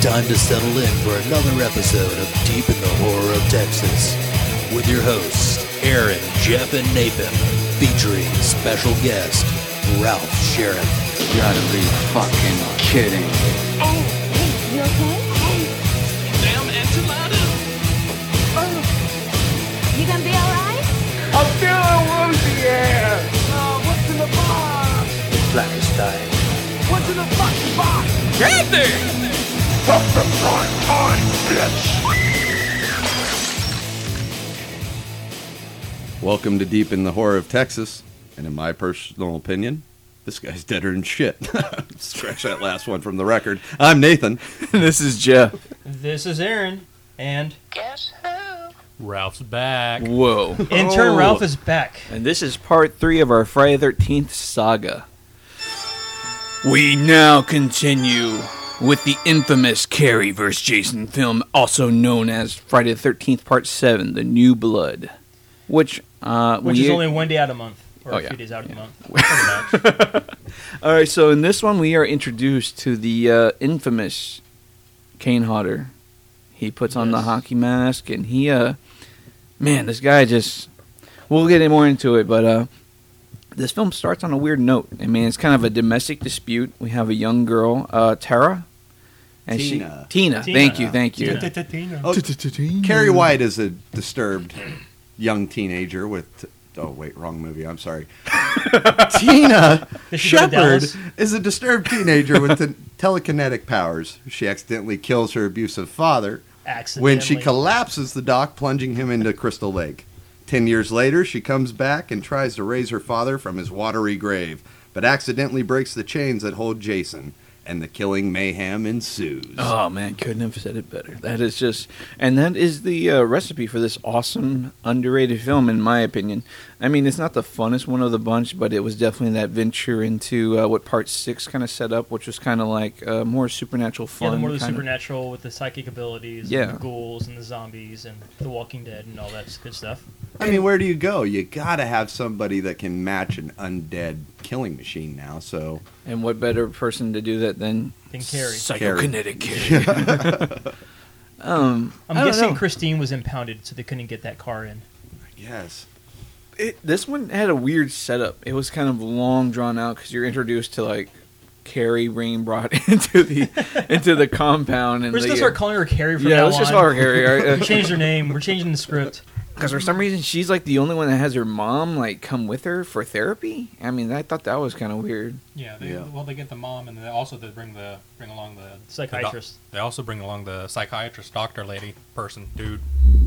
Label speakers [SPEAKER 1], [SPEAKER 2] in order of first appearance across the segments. [SPEAKER 1] time to settle in for another episode of Deep in the Horror of Texas with your hosts, Aaron, Jeff, and Nathan, featuring special guest, Ralph Sheriff.
[SPEAKER 2] You gotta be fucking kidding me.
[SPEAKER 3] Hey, hey, you okay? Hey,
[SPEAKER 4] Damn enchiladas!
[SPEAKER 3] oh, you gonna be alright?
[SPEAKER 5] Welcome to Deep in the Horror of Texas, and in my personal opinion, this guy's deader than shit. Scratch that last one from the record. I'm Nathan.
[SPEAKER 6] this is Jeff.
[SPEAKER 7] This is Aaron, and
[SPEAKER 8] Ralph's back.
[SPEAKER 6] Whoa. Oh.
[SPEAKER 7] intern Ralph is back.
[SPEAKER 6] And this is part three of our Friday Thirteenth saga. We now continue with the infamous Carrie vs. Jason film, also known as Friday the Thirteenth Part Seven: The New Blood, which uh,
[SPEAKER 7] Which
[SPEAKER 6] we
[SPEAKER 7] is only one day out of the month, or
[SPEAKER 6] Oh,
[SPEAKER 7] a few
[SPEAKER 6] yeah.
[SPEAKER 7] days out of the month. Pretty much.
[SPEAKER 6] all right. So in this one, we are introduced to the uh, infamous Kane Hodder. He puts on the
[SPEAKER 7] Yes.
[SPEAKER 6] hockey mask, and he, uh, man, this guy just. We'll get more into it, but uh, this film starts on a weird note. I mean, it's kind of a domestic dispute. We have a young girl, uh, Tara, and
[SPEAKER 5] Tina.
[SPEAKER 6] she Tina.
[SPEAKER 7] Tina.
[SPEAKER 6] Thank you, thank you. Oh,
[SPEAKER 5] Carrie White is a disturbed young teenager with. Oh wait, wrong movie. I'm sorry. Tina
[SPEAKER 7] Did she go to
[SPEAKER 5] Shepard
[SPEAKER 7] Dallas?
[SPEAKER 5] is a disturbed teenager with te- telekinetic powers. She accidentally kills her abusive father when she
[SPEAKER 7] Accidentally.
[SPEAKER 5] collapses the dock, plunging him into Crystal Lake. Ten years later, she comes back and tries to raise her father from his watery grave, but accidentally breaks the chains that hold Jason, and the killing mayhem ensues.
[SPEAKER 6] Oh man, couldn't have said it better. That is just, and that is the uh, recipe for this awesome, underrated film, in my opinion. I mean, it's not the funnest one of the bunch, but it was definitely that venture into uh, what part six kind of set up, which was kind of like uh, more supernatural fun.
[SPEAKER 7] yeah, the more the
[SPEAKER 6] kinda-
[SPEAKER 7] supernatural with the psychic abilities,
[SPEAKER 6] Yeah.
[SPEAKER 7] and the ghouls, and the zombies, and the Walking Dead, and all that good stuff.
[SPEAKER 5] I mean, where do you go? You gotta have somebody that can match an undead killing machine now. So
[SPEAKER 6] And what better person to do that than
[SPEAKER 7] Then Carrie.
[SPEAKER 6] psychokinetic Carrie? um, I
[SPEAKER 7] I'm
[SPEAKER 6] don't
[SPEAKER 7] guessing
[SPEAKER 6] know.
[SPEAKER 7] Christine was impounded, so they couldn't get that car in.
[SPEAKER 5] yes,
[SPEAKER 6] it, this one had a weird setup. It was kind of long drawn out because you're introduced to like Carrie being brought into the into the compound and
[SPEAKER 7] We're just
[SPEAKER 6] the, uh,
[SPEAKER 7] gonna start calling her Carrie from
[SPEAKER 6] yeah,
[SPEAKER 7] now
[SPEAKER 6] let's just
[SPEAKER 7] on.
[SPEAKER 6] call her Carrie.
[SPEAKER 7] We changed her name. We're changing the script.
[SPEAKER 6] Because for some reason she's like the only one that has her mom like come with her for therapy. I mean, I thought that was kind of weird.
[SPEAKER 8] Yeah, they,
[SPEAKER 5] Yeah.
[SPEAKER 8] well, they get the mom, and they also they bring the bring along the
[SPEAKER 7] Psychiatrist.
[SPEAKER 8] the doc- they also bring along the psychiatrist, doctor, lady, person, dude,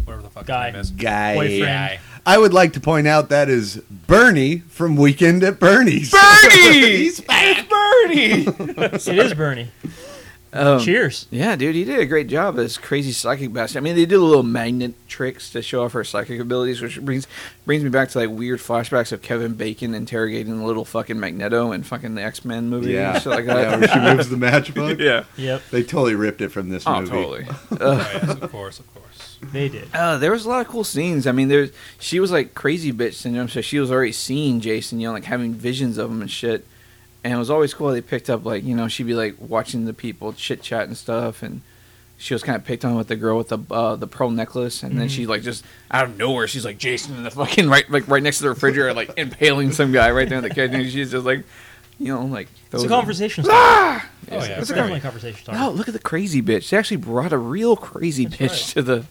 [SPEAKER 8] whatever the fuck his
[SPEAKER 7] Guy.
[SPEAKER 8] name is.
[SPEAKER 5] guy.
[SPEAKER 7] Boyfriend.
[SPEAKER 8] Guy.
[SPEAKER 5] I would like to point out that is Bernie from Weekend at Bernie's.
[SPEAKER 6] Bernie, it's Bernie.
[SPEAKER 7] It is Bernie.
[SPEAKER 6] Um,
[SPEAKER 7] Cheers.
[SPEAKER 6] Yeah, dude, he did a great job as crazy psychic bastard. I mean, they did a little magnet tricks to show off her psychic abilities, which brings brings me back to like weird flashbacks of Kevin Bacon interrogating the little fucking Magneto and fucking the X Men movie
[SPEAKER 5] Yeah,
[SPEAKER 6] and shit like
[SPEAKER 5] yeah,
[SPEAKER 6] that.
[SPEAKER 5] where she moves the matchbook.
[SPEAKER 6] yeah.
[SPEAKER 7] Yep,
[SPEAKER 5] They totally ripped it from this
[SPEAKER 6] Oh,
[SPEAKER 5] movie.
[SPEAKER 6] totally.
[SPEAKER 8] Oh, yes, of course, of course.
[SPEAKER 7] they did.
[SPEAKER 6] Uh, there was a lot of cool scenes. I mean, there she was like crazy bitch syndrome, so she was already seeing Jason, you know, like having visions of him and shit. And it was always cool. They picked up like you know she'd be like watching the people chit chat and stuff, and she was kind of picked on with the girl with the uh, the pearl necklace, and
[SPEAKER 7] Mm-hmm.
[SPEAKER 6] then she like just out of nowhere she's like Jason in the fucking right like right next to the refrigerator, like impaling some guy right there in the kitchen. And she's just like, you know, like
[SPEAKER 7] It's
[SPEAKER 6] those-
[SPEAKER 7] a conversation starter.
[SPEAKER 8] Oh yeah,
[SPEAKER 7] It's
[SPEAKER 8] it's
[SPEAKER 7] definitely a conversation starter.
[SPEAKER 6] No, look at the crazy bitch. They actually brought a real crazy bitch
[SPEAKER 7] right.
[SPEAKER 6] to the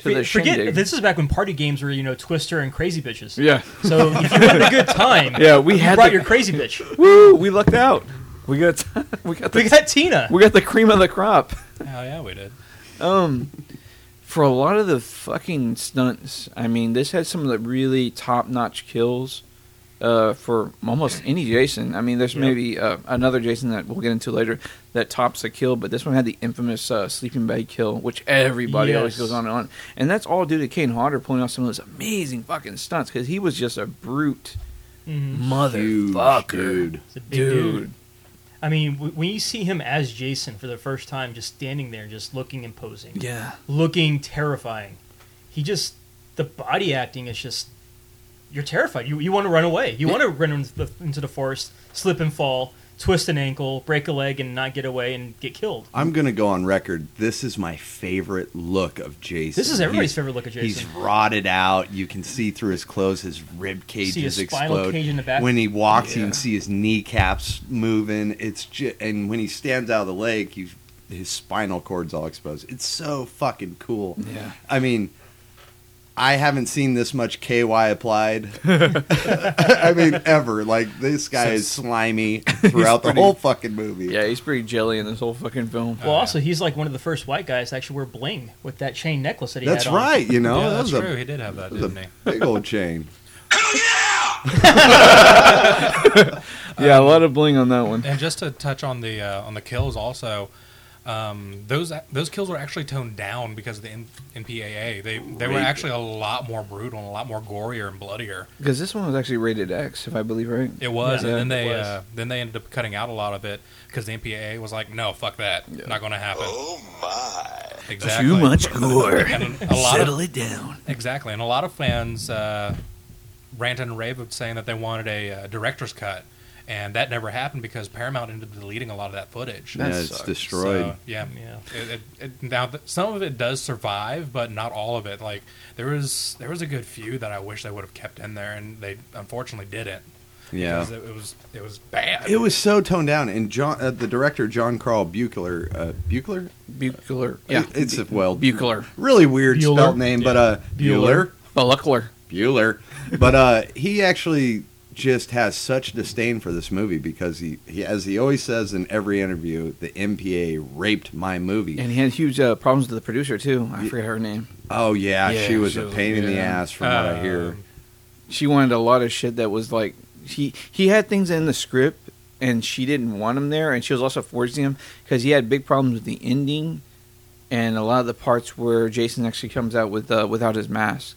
[SPEAKER 6] to the
[SPEAKER 7] Forget- Forget
[SPEAKER 6] shindig.
[SPEAKER 7] this is back when party games were you know Twister and Crazy Bitches.
[SPEAKER 6] yeah.
[SPEAKER 7] So if you had a good time,
[SPEAKER 6] Yeah, we
[SPEAKER 7] you
[SPEAKER 6] had
[SPEAKER 7] brought
[SPEAKER 6] the-
[SPEAKER 7] your crazy bitch.
[SPEAKER 6] Woo! We lucked out. We got we got
[SPEAKER 7] We
[SPEAKER 6] the
[SPEAKER 7] got Tina.
[SPEAKER 6] we got the cream of the crop. Um,
[SPEAKER 8] hell yeah, we did.
[SPEAKER 6] For a lot of the fucking stunts, I mean, this had some of the really top-notch kills uh, for almost any Jason. I mean, there's maybe uh, another Jason that we'll get into later that tops the kill, but this one had the infamous uh, sleeping bag kill, which everybody always
[SPEAKER 7] Yes.
[SPEAKER 6] goes on and on. And that's all due to Kane Hodder pulling off some of those amazing fucking stunts because he was just a brute
[SPEAKER 5] Huge
[SPEAKER 6] motherfucker,
[SPEAKER 5] dude.
[SPEAKER 7] It's Mm-hmm. a big
[SPEAKER 6] dude.
[SPEAKER 7] dude. I mean, w- when you see him as Jason for the first time, just standing there, just looking imposing,
[SPEAKER 6] Yeah.
[SPEAKER 7] looking terrifying, he just the body acting is just you're terrified. You you want to run away. You want to run into the, into the forest, slip and fall, twist an ankle, break a leg, and not get away and get killed.
[SPEAKER 5] I'm gonna go on record. This is my favorite look of Jason.
[SPEAKER 7] This is everybody's
[SPEAKER 5] He's-
[SPEAKER 7] favorite look of Jason.
[SPEAKER 5] He's rotted out. You can see through his clothes. His rib cages
[SPEAKER 7] his spinal
[SPEAKER 5] explode.
[SPEAKER 7] cage in the back.
[SPEAKER 5] When he walks, you
[SPEAKER 6] Yeah.
[SPEAKER 5] can see his kneecaps moving. It's just, and when he stands out of the lake, you, his spinal cord's all exposed. It's so fucking cool.
[SPEAKER 6] Yeah.
[SPEAKER 5] I mean, I haven't seen this much KY applied. I mean, ever. Like this guy is slimy throughout the whole fucking movie.
[SPEAKER 6] Yeah, he's pretty jelly in this whole fucking film.
[SPEAKER 7] well, also he's like one of the first white guys to actually wear bling with that chain necklace that he
[SPEAKER 5] That's
[SPEAKER 7] had on.
[SPEAKER 5] right. You know,
[SPEAKER 8] yeah,
[SPEAKER 5] that
[SPEAKER 8] that's
[SPEAKER 5] was a-
[SPEAKER 8] true. He did have that,
[SPEAKER 5] that was
[SPEAKER 8] didn't
[SPEAKER 5] a
[SPEAKER 8] he?
[SPEAKER 5] big old chain.
[SPEAKER 6] Yeah, a lot of bling on that one.
[SPEAKER 8] And just to touch on the uh, on the kills also, um, those those kills were actually toned down because of the N- MPAA. They they were actually a lot more brutal, and a lot more gorier and bloodier.
[SPEAKER 6] Because this one was actually rated X, if I believe right.
[SPEAKER 8] It was,
[SPEAKER 6] Yeah.
[SPEAKER 8] and
[SPEAKER 6] Yeah, it
[SPEAKER 8] then they
[SPEAKER 6] was.
[SPEAKER 8] uh, then they ended up cutting out a lot of it because the MPAA was like, no, fuck that, not going to happen. Oh my, exactly.
[SPEAKER 6] Too much gore.
[SPEAKER 8] And a lot of,
[SPEAKER 6] Settle it down.
[SPEAKER 8] exactly, and a lot of fans uh, rant and rave of saying that they wanted a uh, director's cut, and that never happened because Paramount ended up deleting a lot of that footage.
[SPEAKER 6] That
[SPEAKER 5] yeah, it's
[SPEAKER 6] sucks.
[SPEAKER 5] destroyed.
[SPEAKER 8] So, yeah,
[SPEAKER 7] Yeah.
[SPEAKER 8] It, it, it, now th- some of it does survive, but not all of it. Like there was there was a good few that I wish they would have kept in there, and they unfortunately didn't.
[SPEAKER 5] yeah.
[SPEAKER 8] because it, it was it was bad.
[SPEAKER 5] It was so toned down, and John, uh, the director John Carl Buchler, uh, Buchler,
[SPEAKER 6] Buchler. Yeah.
[SPEAKER 5] it's a well,
[SPEAKER 6] Buchler.
[SPEAKER 5] really weird
[SPEAKER 7] Bueller.
[SPEAKER 5] spelled name, but uh,
[SPEAKER 7] Bueller.
[SPEAKER 5] Bueller,
[SPEAKER 6] Buckler.
[SPEAKER 5] Bueller, but uh, he actually just has such disdain for this movie because he, he, as he always says in every interview, the MPA raped my movie.
[SPEAKER 6] And he had huge uh, problems with the producer, too. I forget her name.
[SPEAKER 5] oh yeah,
[SPEAKER 6] Yeah,
[SPEAKER 5] she was
[SPEAKER 6] she
[SPEAKER 5] a
[SPEAKER 6] was-
[SPEAKER 5] pain in the
[SPEAKER 6] yeah. Uh,
[SPEAKER 5] ass from what I hear.
[SPEAKER 8] Um,
[SPEAKER 6] She wanted a lot of shit that was like. He, he had things in the script, and she didn't want him there, and she was also forcing him because he had big problems with the ending and a lot of the parts where Jason actually comes out with uh, without his mask.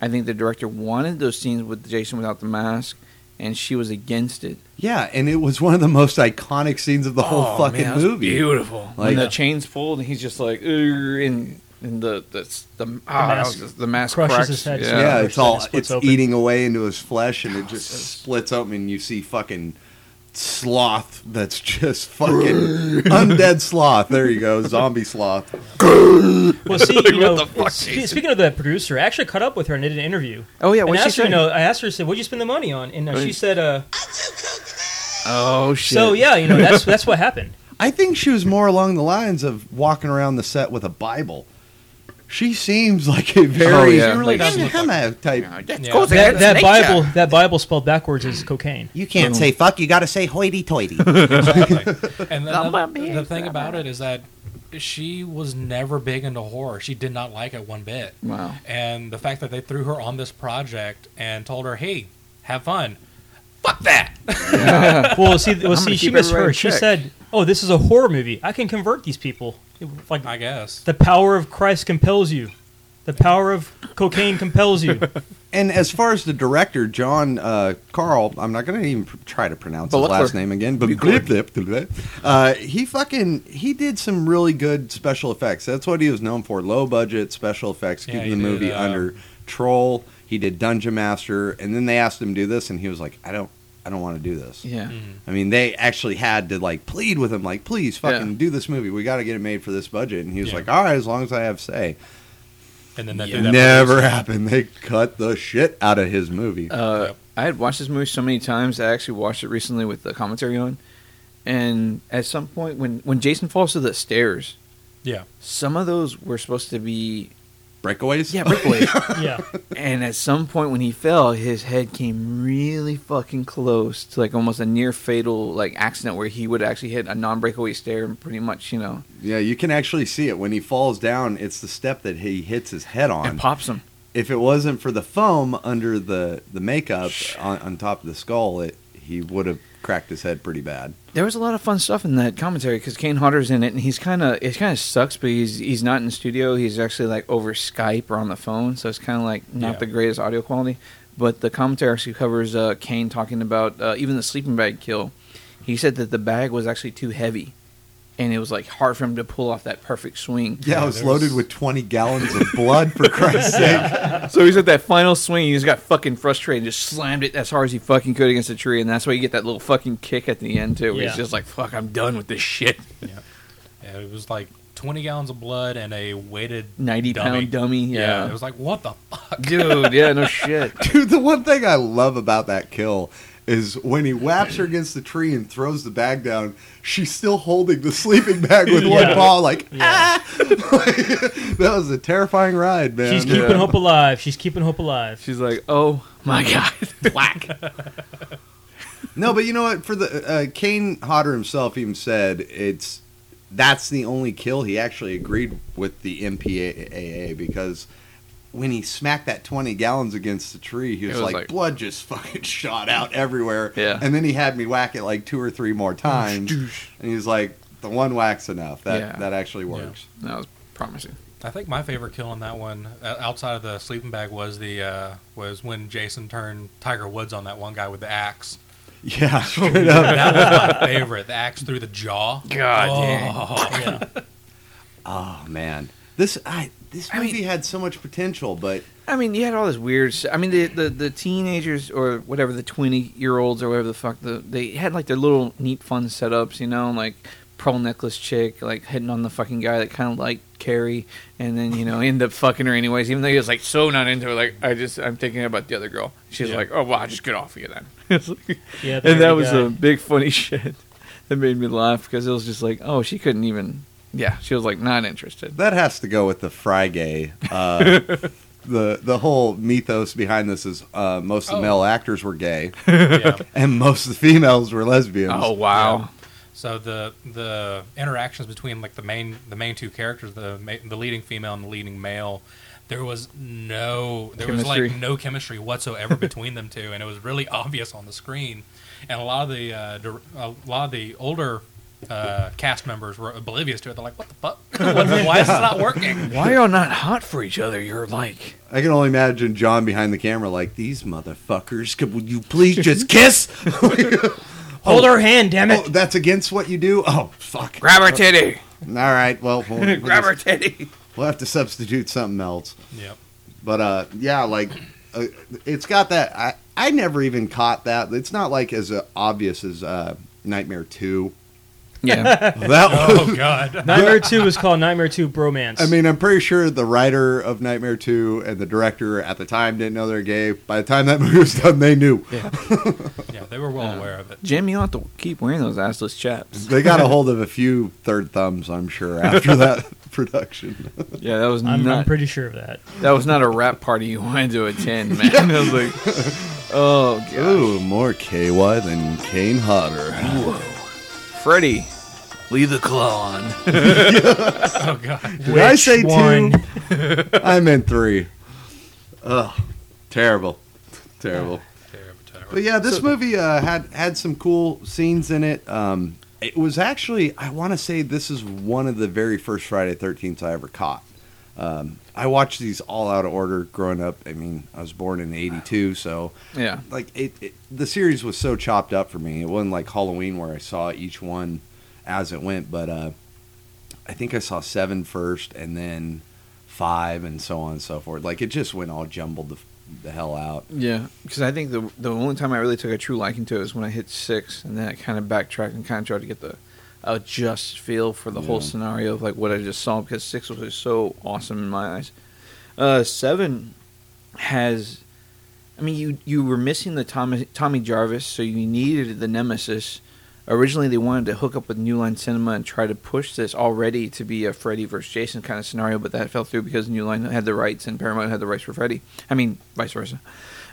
[SPEAKER 6] I think the director wanted those scenes with Jason without the mask, and she was against it.
[SPEAKER 5] Yeah, and it was one of the most iconic scenes
[SPEAKER 6] Oh,
[SPEAKER 5] of the whole fucking movie.
[SPEAKER 6] Beautiful. when
[SPEAKER 5] Like-
[SPEAKER 6] the chain's pulled and he's just like, "Ugh," and and the the the, ah, that was
[SPEAKER 7] mask
[SPEAKER 6] just- the mask
[SPEAKER 7] crushes
[SPEAKER 6] cracks.
[SPEAKER 7] his head.
[SPEAKER 6] Yeah.
[SPEAKER 5] Yeah,
[SPEAKER 7] Yeah,
[SPEAKER 5] it's all
[SPEAKER 7] it splits
[SPEAKER 5] it's
[SPEAKER 7] open.
[SPEAKER 5] eating away into his flesh, and it just splits open, and you see fucking sloth that's just fucking undead sloth. There you go, zombie sloth.
[SPEAKER 7] Well, see, you know, spe- speaking of that producer, I actually caught up with her and did an interview.
[SPEAKER 6] Oh yeah,
[SPEAKER 7] and
[SPEAKER 6] what she
[SPEAKER 7] asked her,
[SPEAKER 6] say?
[SPEAKER 7] you know, I asked her, I said, "What'd you spend the money on?" And uh, she
[SPEAKER 6] Right.
[SPEAKER 7] said, uh,
[SPEAKER 6] Oh shit.
[SPEAKER 7] "So yeah, you know, that's that's what happened."
[SPEAKER 5] I think she was more along the lines of walking around the set with a Bible. She seems like a very
[SPEAKER 6] yeah. She really
[SPEAKER 5] like,
[SPEAKER 8] does look
[SPEAKER 5] Hannah type.
[SPEAKER 8] yeah.
[SPEAKER 7] That, that Bible, that Bible spelled backwards is cocaine.
[SPEAKER 5] You can't say fuck. You got to say hoity-toity.
[SPEAKER 8] Exactly. and the, the thing about it is that she was never big into horror. She did not like it one bit.
[SPEAKER 6] Wow.
[SPEAKER 8] And the fact that they threw her on this project and told her, "Hey, have fun." Fuck that.
[SPEAKER 7] Well, see, well,
[SPEAKER 6] I'm gonna
[SPEAKER 7] see, she
[SPEAKER 6] keep
[SPEAKER 7] missed
[SPEAKER 6] everybody
[SPEAKER 7] her.
[SPEAKER 6] in
[SPEAKER 7] She
[SPEAKER 6] check.
[SPEAKER 7] said, "Oh, this is a horror movie. I can convert these people. Like
[SPEAKER 8] I guess.
[SPEAKER 7] the power of Christ compels you. The power of cocaine compels you."
[SPEAKER 5] And as far as the director, John uh, Carl, I'm not going to even pr- try to pronounce his
[SPEAKER 6] Buckler.
[SPEAKER 5] last name again, but uh, he fucking he did some really good special effects. That's what he was known for: low budget special effects,
[SPEAKER 8] Yeah,
[SPEAKER 5] keeping
[SPEAKER 8] he
[SPEAKER 5] the
[SPEAKER 8] did,
[SPEAKER 5] movie
[SPEAKER 8] uh,
[SPEAKER 5] under troll. He did Dungeon Master, and then they asked him to do this, and he was like, "I don't, I don't want to do this."
[SPEAKER 6] Yeah.
[SPEAKER 5] I mean, they actually had to like plead with him, like, "Please, fucking
[SPEAKER 6] Yeah.
[SPEAKER 5] do this movie. We got to get it made for this budget." And he was
[SPEAKER 8] Yeah.
[SPEAKER 5] like, "All right, as long as I have say."
[SPEAKER 8] And then they threw that
[SPEAKER 5] Never
[SPEAKER 8] producer-
[SPEAKER 5] happened. They cut the shit out of his movie.
[SPEAKER 6] Uh,
[SPEAKER 8] Yep.
[SPEAKER 6] I had watched this movie so many times. I actually watched it recently with the commentary on. And at some point, when when Jason falls to the stairs,
[SPEAKER 8] Yeah.
[SPEAKER 6] some of those were supposed to be
[SPEAKER 5] Breakaways?
[SPEAKER 6] yeah breakaway.
[SPEAKER 7] yeah,
[SPEAKER 6] and at some point when he fell, his head came really fucking close to like almost a near fatal like accident where he would actually hit a non breakaway stair and pretty much you know
[SPEAKER 5] Yeah, you can actually see it when he falls down. It's the step that he hits his head on.
[SPEAKER 6] and pops him.
[SPEAKER 5] if it wasn't for the foam under the the makeup on, on top of the skull, it he would have cracked his head pretty bad.
[SPEAKER 6] There was a lot of fun stuff in that commentary because Kane Hodder's in it, and he's kind of it kind of sucks, but he's he's not in the studio. He's actually like over Skype or on the phone, so it's kind of like not
[SPEAKER 8] Yeah.
[SPEAKER 6] the greatest audio quality. But the commentary actually covers uh, Kane talking about uh, even the sleeping bag kill. He said that the bag was actually too heavy and it was like hard for him to pull off that perfect swing.
[SPEAKER 5] Yeah,
[SPEAKER 8] Yeah,
[SPEAKER 5] it was
[SPEAKER 8] there
[SPEAKER 5] loaded
[SPEAKER 8] was-
[SPEAKER 5] with 20 gallons of blood, for Christ's sake.
[SPEAKER 6] So he's at that final swing. He just got fucking frustrated, and just slammed it as hard as he fucking could against the tree, and that's why you get that little fucking kick at the end too. Where
[SPEAKER 7] Yeah.
[SPEAKER 6] He's just like, "Fuck, I'm done with this shit."
[SPEAKER 8] Yeah. Yeah, it was like 20 gallons of blood and a weighted
[SPEAKER 6] 90
[SPEAKER 8] dummy.
[SPEAKER 6] pound dummy, yeah.
[SPEAKER 8] It was like, what the fuck?
[SPEAKER 6] Dude, yeah, no shit.
[SPEAKER 5] Dude, the one thing I love about that kill is when he whaps her against the tree and throws the bag down, she's still holding the sleeping bag with one
[SPEAKER 7] Yeah.
[SPEAKER 5] paw, like, "Ah!"
[SPEAKER 7] Yeah.
[SPEAKER 5] that was a terrifying ride, man.
[SPEAKER 7] She's keeping hope alive. She's keeping hope alive.
[SPEAKER 6] She's like, "Oh my god, whack."
[SPEAKER 5] No, but you know what? For the uh, Kane Hodder himself even said it's that's the only kill he actually agreed with the MPAA because when he smacked that 20 gallons against the tree, he was,
[SPEAKER 6] was
[SPEAKER 5] like,
[SPEAKER 6] like-
[SPEAKER 5] blood just fucking shot out everywhere.
[SPEAKER 6] Yeah.
[SPEAKER 5] And then he had me whack it like two or three more times. and he's like, the one whack's enough. That
[SPEAKER 6] Yeah.
[SPEAKER 5] that actually works.
[SPEAKER 6] That was promising.
[SPEAKER 8] I think my favorite kill in that one, uh, outside of the sleeping bag, was the uh, was when Jason turned Tiger Woods on that one guy with the axe.
[SPEAKER 5] Yeah.
[SPEAKER 8] that was my favorite. The axe through the jaw.
[SPEAKER 6] God,
[SPEAKER 8] oh, yeah.
[SPEAKER 5] oh, man. This, I, this
[SPEAKER 6] I
[SPEAKER 5] movie
[SPEAKER 6] mean-
[SPEAKER 5] had so much potential, but
[SPEAKER 6] I mean, you had all this weird. s- I mean, the the, the teenagers or whatever the twenty year olds or whatever the fuck the, they had like their little neat fun setups, you know, like pearl necklace chick like hitting on the fucking guy that kind of liked Carrie, and then you know end up fucking her anyways, even though he was like so not into her. Like I just I'm thinking about the other girl. She's
[SPEAKER 8] Yeah.
[SPEAKER 6] like, oh well, I just get off of you then. It's like-
[SPEAKER 7] Yeah, the
[SPEAKER 6] and that
[SPEAKER 7] dirty
[SPEAKER 6] was
[SPEAKER 7] guy.
[SPEAKER 6] a big funny shit that made me laugh because it was just like, oh, she couldn't even. Yeah, she was like not interested.
[SPEAKER 5] That has to go with the Frygay. Uh, the the whole mythos behind this is uh, most of the
[SPEAKER 8] Oh.
[SPEAKER 5] male actors were gay
[SPEAKER 8] yeah.
[SPEAKER 5] and most of the females were lesbians.
[SPEAKER 6] Oh wow.
[SPEAKER 8] So the the interactions between like the main the main two characters, the ma- the leading female and the leading male, there was no there was
[SPEAKER 6] Chemistry.
[SPEAKER 8] like no chemistry whatsoever between them two, and it was really obvious on the screen. And a lot of the uh, dir- a lot of the older uh, cast members were oblivious to it. They're like, "What the fuck? What the- why is this not working?"
[SPEAKER 6] Why are y'all not hot for each other? You're like
[SPEAKER 5] I can only imagine John behind the camera like these motherfuckers. Could would you please just kiss?
[SPEAKER 7] Hold her hand, damn
[SPEAKER 5] oh,
[SPEAKER 7] it.
[SPEAKER 5] that's against what you do. Oh fuck!
[SPEAKER 6] grab her titty,
[SPEAKER 5] All right, well we'll, we'll
[SPEAKER 6] grab her
[SPEAKER 5] just-
[SPEAKER 6] titty.
[SPEAKER 5] we'll have to substitute something else.
[SPEAKER 8] Yep.
[SPEAKER 5] But uh, yeah, like uh, it's got that. I I never even caught that. It's not like as uh, obvious as uh, Nightmare Two.
[SPEAKER 6] Yeah,
[SPEAKER 5] That was
[SPEAKER 8] Oh god.
[SPEAKER 7] Nightmare Two is called Nightmare Two Bromance.
[SPEAKER 5] I mean, I'm pretty sure the writer of Nightmare 2 and the director at the time didn't know they're gay. By the time that movie was done, they knew.
[SPEAKER 8] Yeah, they were well aware of it.
[SPEAKER 6] Jim, you don't have to keep wearing those assless chaps.
[SPEAKER 5] They got a hold of a few third thumbs, I'm sure, after that production.
[SPEAKER 6] Yeah, that was
[SPEAKER 7] I'm,
[SPEAKER 6] not
[SPEAKER 7] I'm pretty sure of that.
[SPEAKER 6] that was not a rap party you wanted to attend, man. I was like, oh god,
[SPEAKER 5] Ooh, more KY than Kane Hodder.
[SPEAKER 6] Freddie, leave the claw on.
[SPEAKER 8] Oh god.
[SPEAKER 5] Did I
[SPEAKER 7] Which
[SPEAKER 5] say
[SPEAKER 7] one?
[SPEAKER 5] two? I meant three. Ugh, terrible. Terrible.
[SPEAKER 8] Terrible, terrible.
[SPEAKER 5] But yeah, this movie uh, had had some cool scenes in it. Um, it was actually, I want to say, this is one of the very first Friday Thirteenth I ever caught. Um, I watched these all out of order growing up. I mean, I was born in '82, so
[SPEAKER 6] Yeah,
[SPEAKER 5] like it, it. The series was so chopped up for me. It wasn't like Halloween where I saw each one as it went, but uh, I think I saw seven first, and then five, and so on and so forth. Like it just went all jumbled the, the hell out.
[SPEAKER 6] yeah. Because I think the the only time I really took a true liking to it was when I hit six, and then I kind of backtracked and kind of tried to get the a just feel for the whole
[SPEAKER 5] Yeah.
[SPEAKER 6] scenario of like what I just saw because six was just so awesome in my eyes. Uh, seven has, I mean, you you were missing the Tommy Tommy Jarvis, so you needed the Nemesis. Originally, they wanted to hook up with New Line Cinema and try to push this already to be a Freddy versus Jason kind of scenario, but that fell through because New Line had the rights and Paramount had the rights for Freddy. I mean, vice versa.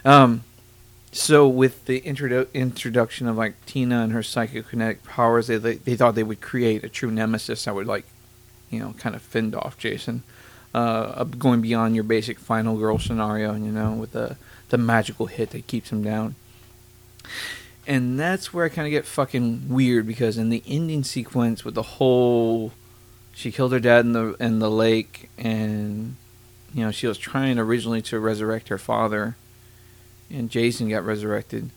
[SPEAKER 6] Um, so with the introdu- introduction of like Tina and her psychokinetic powers, they, they they thought they would create a true nemesis that would like, you know, kind of fend off Jason, uh, up- going beyond your basic final girl scenario, you know, with the the magical hit that keeps him down. And that's where I kind of get fucking weird because in the ending sequence with the whole, she killed her dad in the in the lake, and you know she was trying originally to resurrect her father and Jason got resurrected,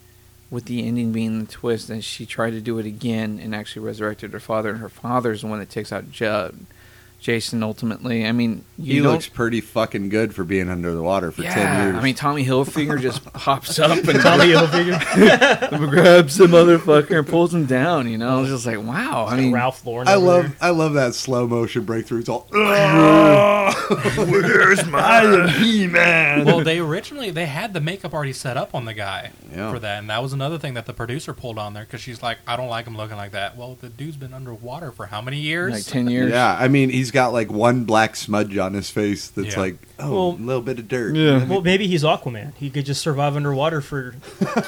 [SPEAKER 6] with the ending being the twist, and she tried to do it again and actually resurrected her father, and her father's the one that takes out Judd. Jason ultimately. I mean, you
[SPEAKER 5] He
[SPEAKER 6] don't-
[SPEAKER 5] looks pretty fucking good for being under the water for
[SPEAKER 6] yeah.
[SPEAKER 5] ten years.
[SPEAKER 6] I mean, Tommy Hilfiger just pops up and
[SPEAKER 7] Tommy Hilfiger,
[SPEAKER 6] grabs the motherfucker and pulls him down. You know, it's just like wow. I mean,
[SPEAKER 7] Ralph Lauren.
[SPEAKER 5] I
[SPEAKER 7] over
[SPEAKER 5] love
[SPEAKER 7] there.
[SPEAKER 5] I love that slow motion breakthrough. It's all Where's my I am He Man?
[SPEAKER 8] well, they originally they had the makeup already set up on the guy
[SPEAKER 5] Yeah.
[SPEAKER 8] for that, and that was another thing that the producer pulled on there because she's like, "I don't like him looking like that." Well, the dude's been underwater for how many years?
[SPEAKER 6] like ten years.
[SPEAKER 5] Yeah, I mean he's got like one black smudge on his face that's
[SPEAKER 8] Yeah.
[SPEAKER 5] like oh
[SPEAKER 7] Well-
[SPEAKER 5] a little bit of dirt.
[SPEAKER 7] Well, maybe he's Aquaman. He could just survive underwater for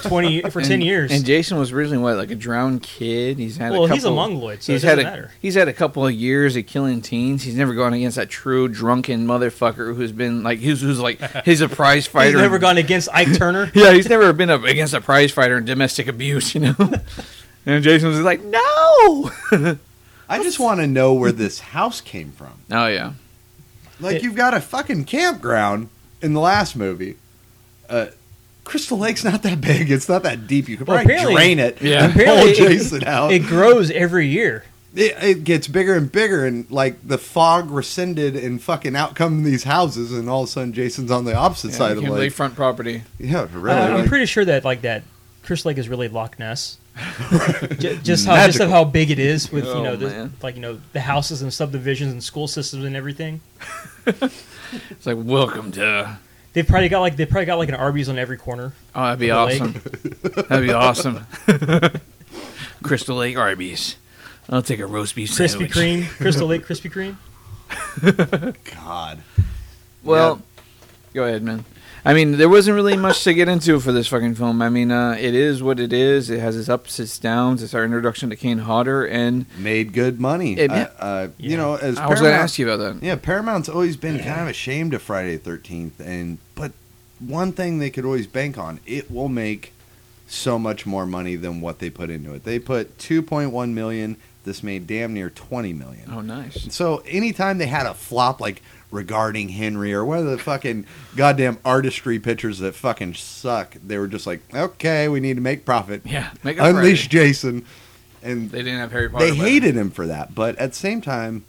[SPEAKER 7] twenty for ten
[SPEAKER 6] And-
[SPEAKER 7] years.
[SPEAKER 6] And Jason was originally what, like a drowned kid. He's had
[SPEAKER 7] well,
[SPEAKER 6] a couple,
[SPEAKER 7] he's a mongoloid, so
[SPEAKER 6] he's
[SPEAKER 7] it
[SPEAKER 6] had
[SPEAKER 7] doesn't
[SPEAKER 6] a
[SPEAKER 7] matter.
[SPEAKER 6] he's had a couple of years of killing teens. He's never gone against that true drunken motherfucker who's been like who's who's like he's a prize fighter.
[SPEAKER 7] He's never
[SPEAKER 6] and-
[SPEAKER 7] gone against Ike Turner.
[SPEAKER 6] Yeah, he's never been up against a prize fighter in domestic abuse. You know. and Jason was like, no. oh
[SPEAKER 5] I just want to know where this house came from.
[SPEAKER 6] yeah.
[SPEAKER 5] Like
[SPEAKER 7] It-
[SPEAKER 5] you've got a fucking campground in the last movie. Uh, Crystal Lake's not that big. It's not that deep. You could
[SPEAKER 7] Well,
[SPEAKER 5] probably
[SPEAKER 7] apparently-
[SPEAKER 5] drain it
[SPEAKER 6] Yeah.
[SPEAKER 5] and pull
[SPEAKER 7] Apparently it-
[SPEAKER 5] Jason out.
[SPEAKER 7] It
[SPEAKER 5] It,
[SPEAKER 7] grows every year.
[SPEAKER 5] it, gets bigger and bigger, and like the fog rescinded, and fucking out come these houses, and all of a sudden Jason's on the opposite
[SPEAKER 6] yeah
[SPEAKER 5] side of
[SPEAKER 6] he
[SPEAKER 5] the
[SPEAKER 6] can leave
[SPEAKER 5] lake.
[SPEAKER 6] front property.
[SPEAKER 5] Yeah, really.
[SPEAKER 7] Uh, I'm
[SPEAKER 5] like-
[SPEAKER 7] pretty sure that like that. Chris Lake is really Loch Ness. Ju- just how just of how big it is with you
[SPEAKER 6] Oh,
[SPEAKER 7] know the,
[SPEAKER 6] man.
[SPEAKER 7] like you know the houses and subdivisions and school systems and everything.
[SPEAKER 6] It's like welcome to.
[SPEAKER 7] They've probably got like they probably got like an Arby's on every corner.
[SPEAKER 6] Oh, that'd be
[SPEAKER 7] The lake.
[SPEAKER 6] awesome. That'd be awesome. Crystal Lake Arby's. I'll take a roast beef
[SPEAKER 7] Krispy
[SPEAKER 6] sandwich.
[SPEAKER 7] Kreme, Crystal Lake Krispy Kreme.
[SPEAKER 5] God.
[SPEAKER 6] Well, go ahead, man. I mean, there wasn't really much to get into for this fucking film. I mean, uh, it is what it is. It has its ups, its downs. It's our introduction to Kane Hodder, and
[SPEAKER 5] Made good money.
[SPEAKER 6] It-
[SPEAKER 5] uh, uh, You
[SPEAKER 7] Yeah.
[SPEAKER 5] know, as
[SPEAKER 6] I was going to ask you about that.
[SPEAKER 5] Yeah, Paramount's always been kind of ashamed of Friday the 13th, and but one thing they could always bank on, it will make so much more money than what they put into it. They put 2.1 million, this made damn near 20 million.
[SPEAKER 6] Oh, nice.
[SPEAKER 5] So anytime they had a flop like regarding Henry or one of the fucking goddamn artistry pictures that fucking suck, they were just like, "Okay, we need to make profit.
[SPEAKER 6] Yeah, make up
[SPEAKER 5] Unleash Jason." And
[SPEAKER 6] They didn't have Harry Potter.
[SPEAKER 5] they
[SPEAKER 6] but-
[SPEAKER 5] hated him for that, but at the same time,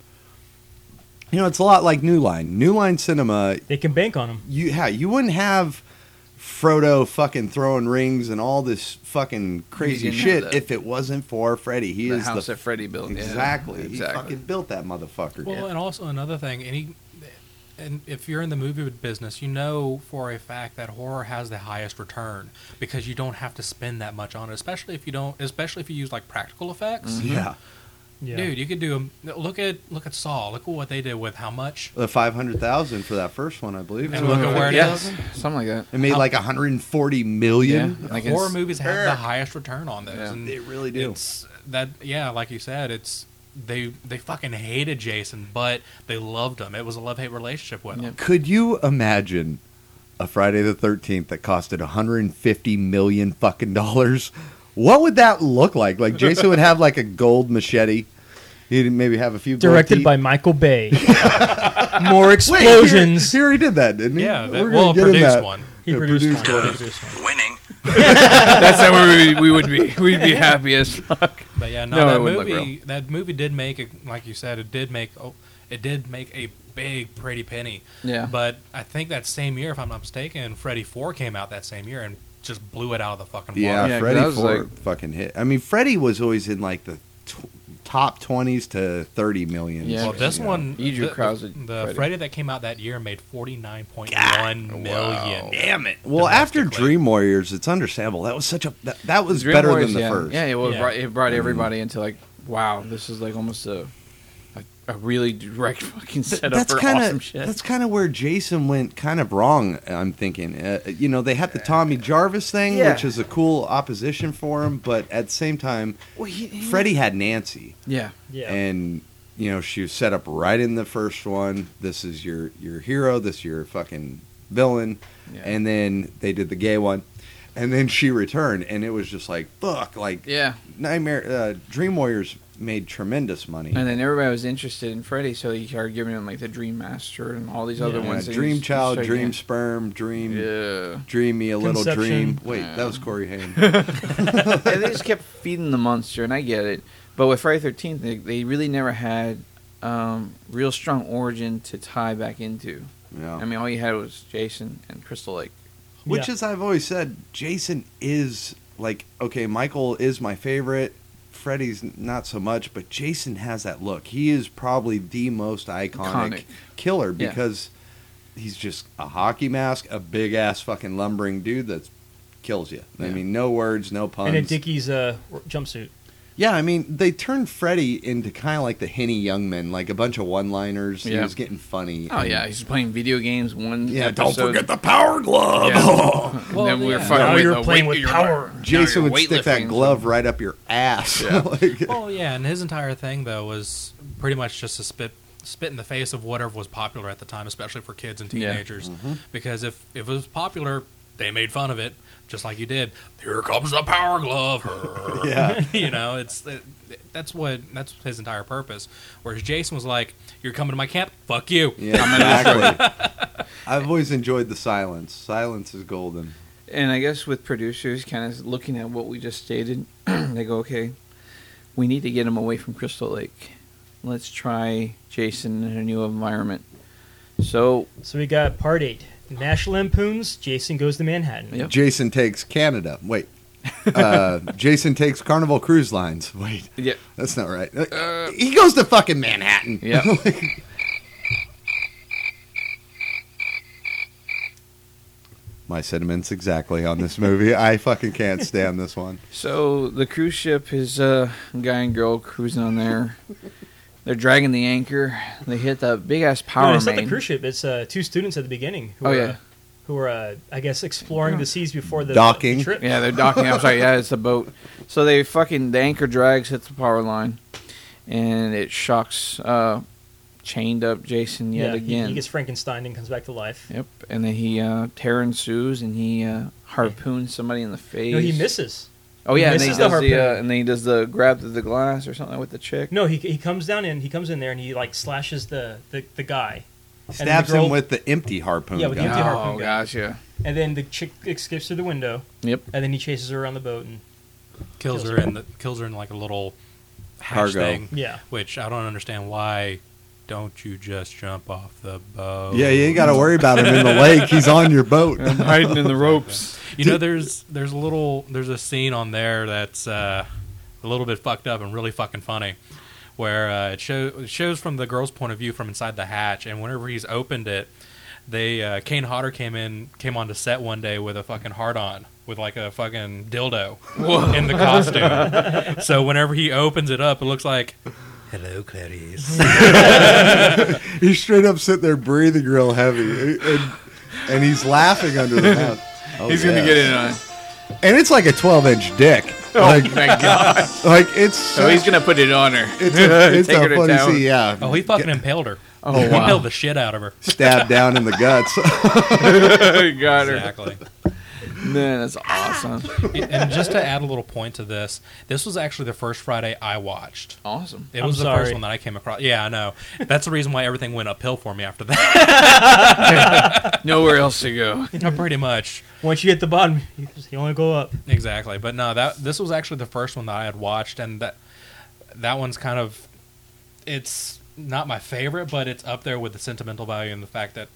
[SPEAKER 5] you know, it's a lot like New Line. New Line Cinema,
[SPEAKER 7] They can bank on them.
[SPEAKER 5] you yeah, you wouldn't have Frodo fucking throwing rings and all this fucking crazy
[SPEAKER 6] didn't have
[SPEAKER 5] shit
[SPEAKER 6] that.
[SPEAKER 5] if it wasn't for Freddy. He
[SPEAKER 6] the
[SPEAKER 5] is
[SPEAKER 6] house
[SPEAKER 5] the
[SPEAKER 6] that Freddy built. Yeah,
[SPEAKER 5] exactly. He
[SPEAKER 6] exactly.
[SPEAKER 5] fucking built that motherfucker.
[SPEAKER 8] Well, and also another thing, any and if you're in the movie business, you know for a fact that horror has the highest return because you don't have to spend that much on it, especially if you don't, especially if you use like practical effects.
[SPEAKER 6] Mm-hmm.
[SPEAKER 5] yeah,
[SPEAKER 7] Yeah.
[SPEAKER 8] Dude, you could do a look at look at Saw. Look at what they did with how much.
[SPEAKER 5] the five hundred thousand for that first one, I believe.
[SPEAKER 8] And look at where it
[SPEAKER 6] Yes,
[SPEAKER 8] is.
[SPEAKER 6] something like that.
[SPEAKER 5] It made like one hundred and forty million.
[SPEAKER 6] Yeah, like
[SPEAKER 8] horror
[SPEAKER 6] it's-
[SPEAKER 8] movies have the highest return on those.
[SPEAKER 6] Yeah.
[SPEAKER 8] and
[SPEAKER 5] They really do.
[SPEAKER 8] It's that yeah, like you said, it's they they fucking hated Jason, but they loved him. It was a love hate relationship with him.
[SPEAKER 6] Yep.
[SPEAKER 5] Could you imagine a Friday the 13th that costed 150 million fucking dollars? What would that look like? Like Jason would have like a gold machete. He'd maybe have a few gold
[SPEAKER 7] Directed
[SPEAKER 5] teeth.
[SPEAKER 7] by Michael Bay. More
[SPEAKER 5] Wait,
[SPEAKER 7] explosions.
[SPEAKER 5] here, here he did that, didn't he?
[SPEAKER 8] Yeah, that,
[SPEAKER 5] We're gonna
[SPEAKER 8] well,
[SPEAKER 5] get in
[SPEAKER 8] produced
[SPEAKER 5] that.
[SPEAKER 8] one.
[SPEAKER 7] he
[SPEAKER 5] Yeah,
[SPEAKER 7] produced,
[SPEAKER 5] produced
[SPEAKER 7] one.
[SPEAKER 5] one.
[SPEAKER 7] He produced one.
[SPEAKER 2] Winning.
[SPEAKER 6] That's not where we, we would be. We'd be happy as fuck.
[SPEAKER 8] But yeah, no,
[SPEAKER 6] No, it
[SPEAKER 8] that
[SPEAKER 6] wouldn't look
[SPEAKER 8] movie that movie did make a, like you said, it did make oh, it did make a big pretty penny.
[SPEAKER 6] Yeah.
[SPEAKER 8] But I think that same year, if I'm not mistaken, Freddy Four came out that same year and just blew it out of the fucking
[SPEAKER 5] Yeah,
[SPEAKER 8] water.
[SPEAKER 6] Yeah, 'cause
[SPEAKER 5] Freddy
[SPEAKER 6] I was
[SPEAKER 5] 4
[SPEAKER 6] like-
[SPEAKER 5] fucking hit. I mean, Freddy was always in like the t- top 20s to 30 million.
[SPEAKER 6] Yeah.
[SPEAKER 8] Well, this
[SPEAKER 5] Yeah.
[SPEAKER 8] one,
[SPEAKER 6] You drew
[SPEAKER 8] the,
[SPEAKER 6] crowds
[SPEAKER 8] the,
[SPEAKER 6] at
[SPEAKER 8] the
[SPEAKER 6] Freddy.
[SPEAKER 8] Freddy. that came out that year made forty nine point one million.
[SPEAKER 5] Damn it! Well, after
[SPEAKER 8] Domestically.
[SPEAKER 5] Dream Warriors, it's understandable. That was such a that, that was
[SPEAKER 6] Dream
[SPEAKER 5] better
[SPEAKER 6] Warriors,
[SPEAKER 5] than the
[SPEAKER 6] yeah.
[SPEAKER 5] first.
[SPEAKER 6] Yeah, Mm-hmm. it, was,
[SPEAKER 8] Yeah.
[SPEAKER 6] Brought, it brought everybody into like, wow, this is like almost a a, a really direct fucking
[SPEAKER 5] Th-
[SPEAKER 6] setup for
[SPEAKER 5] kinda,
[SPEAKER 6] awesome shit.
[SPEAKER 5] That's kind of where Jason went kind of wrong, I'm thinking. Uh, you know, they had the Tommy Jarvis thing,
[SPEAKER 6] Yeah.
[SPEAKER 5] which is a cool opposition for him, but at the same time,
[SPEAKER 6] Well, he- he-
[SPEAKER 5] Freddie had Nancy.
[SPEAKER 6] yeah,
[SPEAKER 7] Yeah.
[SPEAKER 5] And, you know, she was set up right in the first one. This is your, your hero, this is your fucking villain.
[SPEAKER 6] Yeah.
[SPEAKER 5] And then they did the gay one. And then she returned, and it was just like, fuck, like,
[SPEAKER 6] yeah.
[SPEAKER 5] Nightmare uh, Dream Warriors made tremendous money.
[SPEAKER 6] And then everybody was interested in Freddy, so you started giving him like the Dream Master and all these other
[SPEAKER 7] Yeah,
[SPEAKER 5] Yeah,
[SPEAKER 6] ones. that you
[SPEAKER 5] dream
[SPEAKER 6] just-
[SPEAKER 5] Child,
[SPEAKER 6] started
[SPEAKER 5] Dream
[SPEAKER 6] getting-
[SPEAKER 5] Sperm, Dream,
[SPEAKER 6] Yeah.
[SPEAKER 5] Dream Me a Little
[SPEAKER 7] Conception.
[SPEAKER 5] Dream. Wait, that was Corey Haim.
[SPEAKER 6] And they just kept feeding the monster, and I get it. But with Friday Thirteenth, they, they really never had um, real strong origin to tie back into.
[SPEAKER 5] Yeah.
[SPEAKER 6] I mean, all you had was Jason and Crystal Lake.
[SPEAKER 5] Which
[SPEAKER 7] Yeah.
[SPEAKER 5] is, I've always said, Jason is like, okay, Michael is my favorite. Freddy's n- not so much, but Jason has that look. He is probably the most iconic,
[SPEAKER 6] Iconic.
[SPEAKER 5] killer
[SPEAKER 6] Yeah.
[SPEAKER 5] because he's just a hockey mask, a big ass fucking lumbering dude that kills you. I
[SPEAKER 6] Yeah.
[SPEAKER 5] mean, no words, no
[SPEAKER 7] And a
[SPEAKER 5] puns.
[SPEAKER 7] Dickie's uh, jumpsuit.
[SPEAKER 5] yeah, I mean, they turned Freddy into kind of like the Henny Youngman, like a bunch of one liners. He
[SPEAKER 6] Yeah.
[SPEAKER 5] was getting funny.
[SPEAKER 6] Oh
[SPEAKER 5] and-
[SPEAKER 6] yeah, he's playing video games. One
[SPEAKER 5] Yeah, don't
[SPEAKER 6] episode.
[SPEAKER 5] forget the power glove.
[SPEAKER 6] Yeah. and
[SPEAKER 8] Well,
[SPEAKER 6] then we were
[SPEAKER 8] yeah.
[SPEAKER 6] fucking
[SPEAKER 7] Now
[SPEAKER 6] with
[SPEAKER 7] you're
[SPEAKER 6] the
[SPEAKER 7] playing
[SPEAKER 6] weight-
[SPEAKER 7] with
[SPEAKER 6] you're-
[SPEAKER 7] power.
[SPEAKER 6] now
[SPEAKER 5] Jason
[SPEAKER 6] you're
[SPEAKER 5] would stick that
[SPEAKER 6] weightlifting.
[SPEAKER 5] glove right up your ass. Like-
[SPEAKER 8] Well, yeah, and his entire thing though was pretty much just a spit spit in the face of whatever was popular at the time, especially for kids and
[SPEAKER 6] Yeah.
[SPEAKER 8] teenagers.
[SPEAKER 5] Mm-hmm.
[SPEAKER 8] Because if if it was popular, they made fun of it, just like you did. Here comes the power glove.
[SPEAKER 5] Yeah.
[SPEAKER 8] you know, it's it, that's what that's his entire purpose. Whereas Jason was like, "You're coming to my camp, fuck you."
[SPEAKER 5] yeah, exactly. I've always enjoyed the silence. Silence is golden.
[SPEAKER 6] And I guess with producers kind of looking at what we just stated, they go, okay, we need to get him away from Crystal Lake. Let's try Jason in a new environment. So,
[SPEAKER 7] So we got part eight. National Lampoons, Jason Goes to Manhattan.
[SPEAKER 6] Yep.
[SPEAKER 5] Jason takes Canada. Wait. Uh, Jason takes Carnival Cruise Lines. Wait,
[SPEAKER 6] yeah,
[SPEAKER 5] that's not right.
[SPEAKER 7] Uh,
[SPEAKER 5] he goes to fucking Manhattan.
[SPEAKER 6] yeah.
[SPEAKER 5] My sentiments exactly on this movie. I fucking can't stand this one.
[SPEAKER 6] so the cruise ship is uh, a guy and girl cruising on there. They're dragging the anchor. They hit that big ass power
[SPEAKER 7] no, it's
[SPEAKER 6] main.
[SPEAKER 7] not the cruise ship. It's uh, two students at the beginning who
[SPEAKER 6] Oh,
[SPEAKER 7] are,
[SPEAKER 6] yeah.
[SPEAKER 7] uh, who are uh, I guess, exploring the seas before the
[SPEAKER 5] Docking.
[SPEAKER 7] the trip.
[SPEAKER 6] Yeah, they're docking. I'm sorry. Yeah, it's a boat. So they fucking the anchor drags hits the power line, and it shocks uh, chained up Jason yet
[SPEAKER 7] Yeah, he-
[SPEAKER 6] again.
[SPEAKER 7] He, gets Frankenstein and comes back to life.
[SPEAKER 6] yep. And then he uh, terror ensues, and he uh, harpoons somebody in the face.
[SPEAKER 7] No, he misses.
[SPEAKER 6] Oh yeah,
[SPEAKER 7] he
[SPEAKER 6] and then he
[SPEAKER 7] misses the
[SPEAKER 6] does the, uh,
[SPEAKER 7] harpoon.
[SPEAKER 6] and then he does the grab to the glass or something with the chick.
[SPEAKER 7] No, he, he comes down in. He comes in there and he like slashes the the, the guy, the
[SPEAKER 5] Stabs him
[SPEAKER 7] girl-
[SPEAKER 5] with the empty harpoon
[SPEAKER 7] Yeah, with the
[SPEAKER 5] gun.
[SPEAKER 7] empty
[SPEAKER 6] oh,
[SPEAKER 7] harpoon gun.
[SPEAKER 6] gotcha.
[SPEAKER 7] and then the chick escapes through the window,
[SPEAKER 6] Yep.
[SPEAKER 7] and then he chases her around the boat and
[SPEAKER 8] kills her in the kills her in like a little hatch
[SPEAKER 5] Cargo.
[SPEAKER 8] thing.
[SPEAKER 7] yeah.
[SPEAKER 8] Which I don't understand why. Don't you just jump off the boat?
[SPEAKER 5] Yeah, you ain't got to worry about him in the lake. He's on your boat.
[SPEAKER 6] hiding in the ropes.
[SPEAKER 8] You know, there's there's a little there's a scene on there that's uh, a little bit fucked up and really fucking funny, where uh, it shows it shows from the girl's point of view from inside the hatch, and whenever he's opened it, they uh, Kane Hodder came in came onto set one day with a fucking hard on with like a fucking dildo in the costume. so whenever he opens it up, it looks like hello, Clarice.
[SPEAKER 5] He's straight up sitting there breathing real heavy, and, and he's laughing under the mouth. Oh,
[SPEAKER 6] He's gonna
[SPEAKER 5] yeah.
[SPEAKER 6] get in on. it.
[SPEAKER 5] and it's like a 12 inch dick. Like,
[SPEAKER 6] My God.
[SPEAKER 5] like it's so,
[SPEAKER 6] So he's gonna put it on her.
[SPEAKER 5] it's a, it's
[SPEAKER 6] Take her
[SPEAKER 5] a
[SPEAKER 6] to
[SPEAKER 5] funny
[SPEAKER 6] town.
[SPEAKER 5] scene. Yeah,
[SPEAKER 8] Oh, he fucking impaled her.
[SPEAKER 6] Oh
[SPEAKER 8] He
[SPEAKER 6] wow.
[SPEAKER 8] impaled the shit out of her.
[SPEAKER 5] stabbed down in the guts.
[SPEAKER 6] Got her.
[SPEAKER 8] Exactly.
[SPEAKER 6] Man, that's awesome.
[SPEAKER 8] and just to add a little point to this, this was actually the first Friday I watched.
[SPEAKER 6] Awesome.
[SPEAKER 8] It
[SPEAKER 7] I'm
[SPEAKER 8] was the
[SPEAKER 7] sorry.
[SPEAKER 8] first one that I came across. Yeah, I know. That's the reason why everything went uphill for me after that.
[SPEAKER 6] Nowhere else to go.
[SPEAKER 8] Pretty much.
[SPEAKER 7] Once you get the bottom, you, you only go up.
[SPEAKER 8] Exactly. But no, that this was actually the first one that I had watched and that that one's kind of it's not my favorite, but it's up there with the sentimental value and the fact that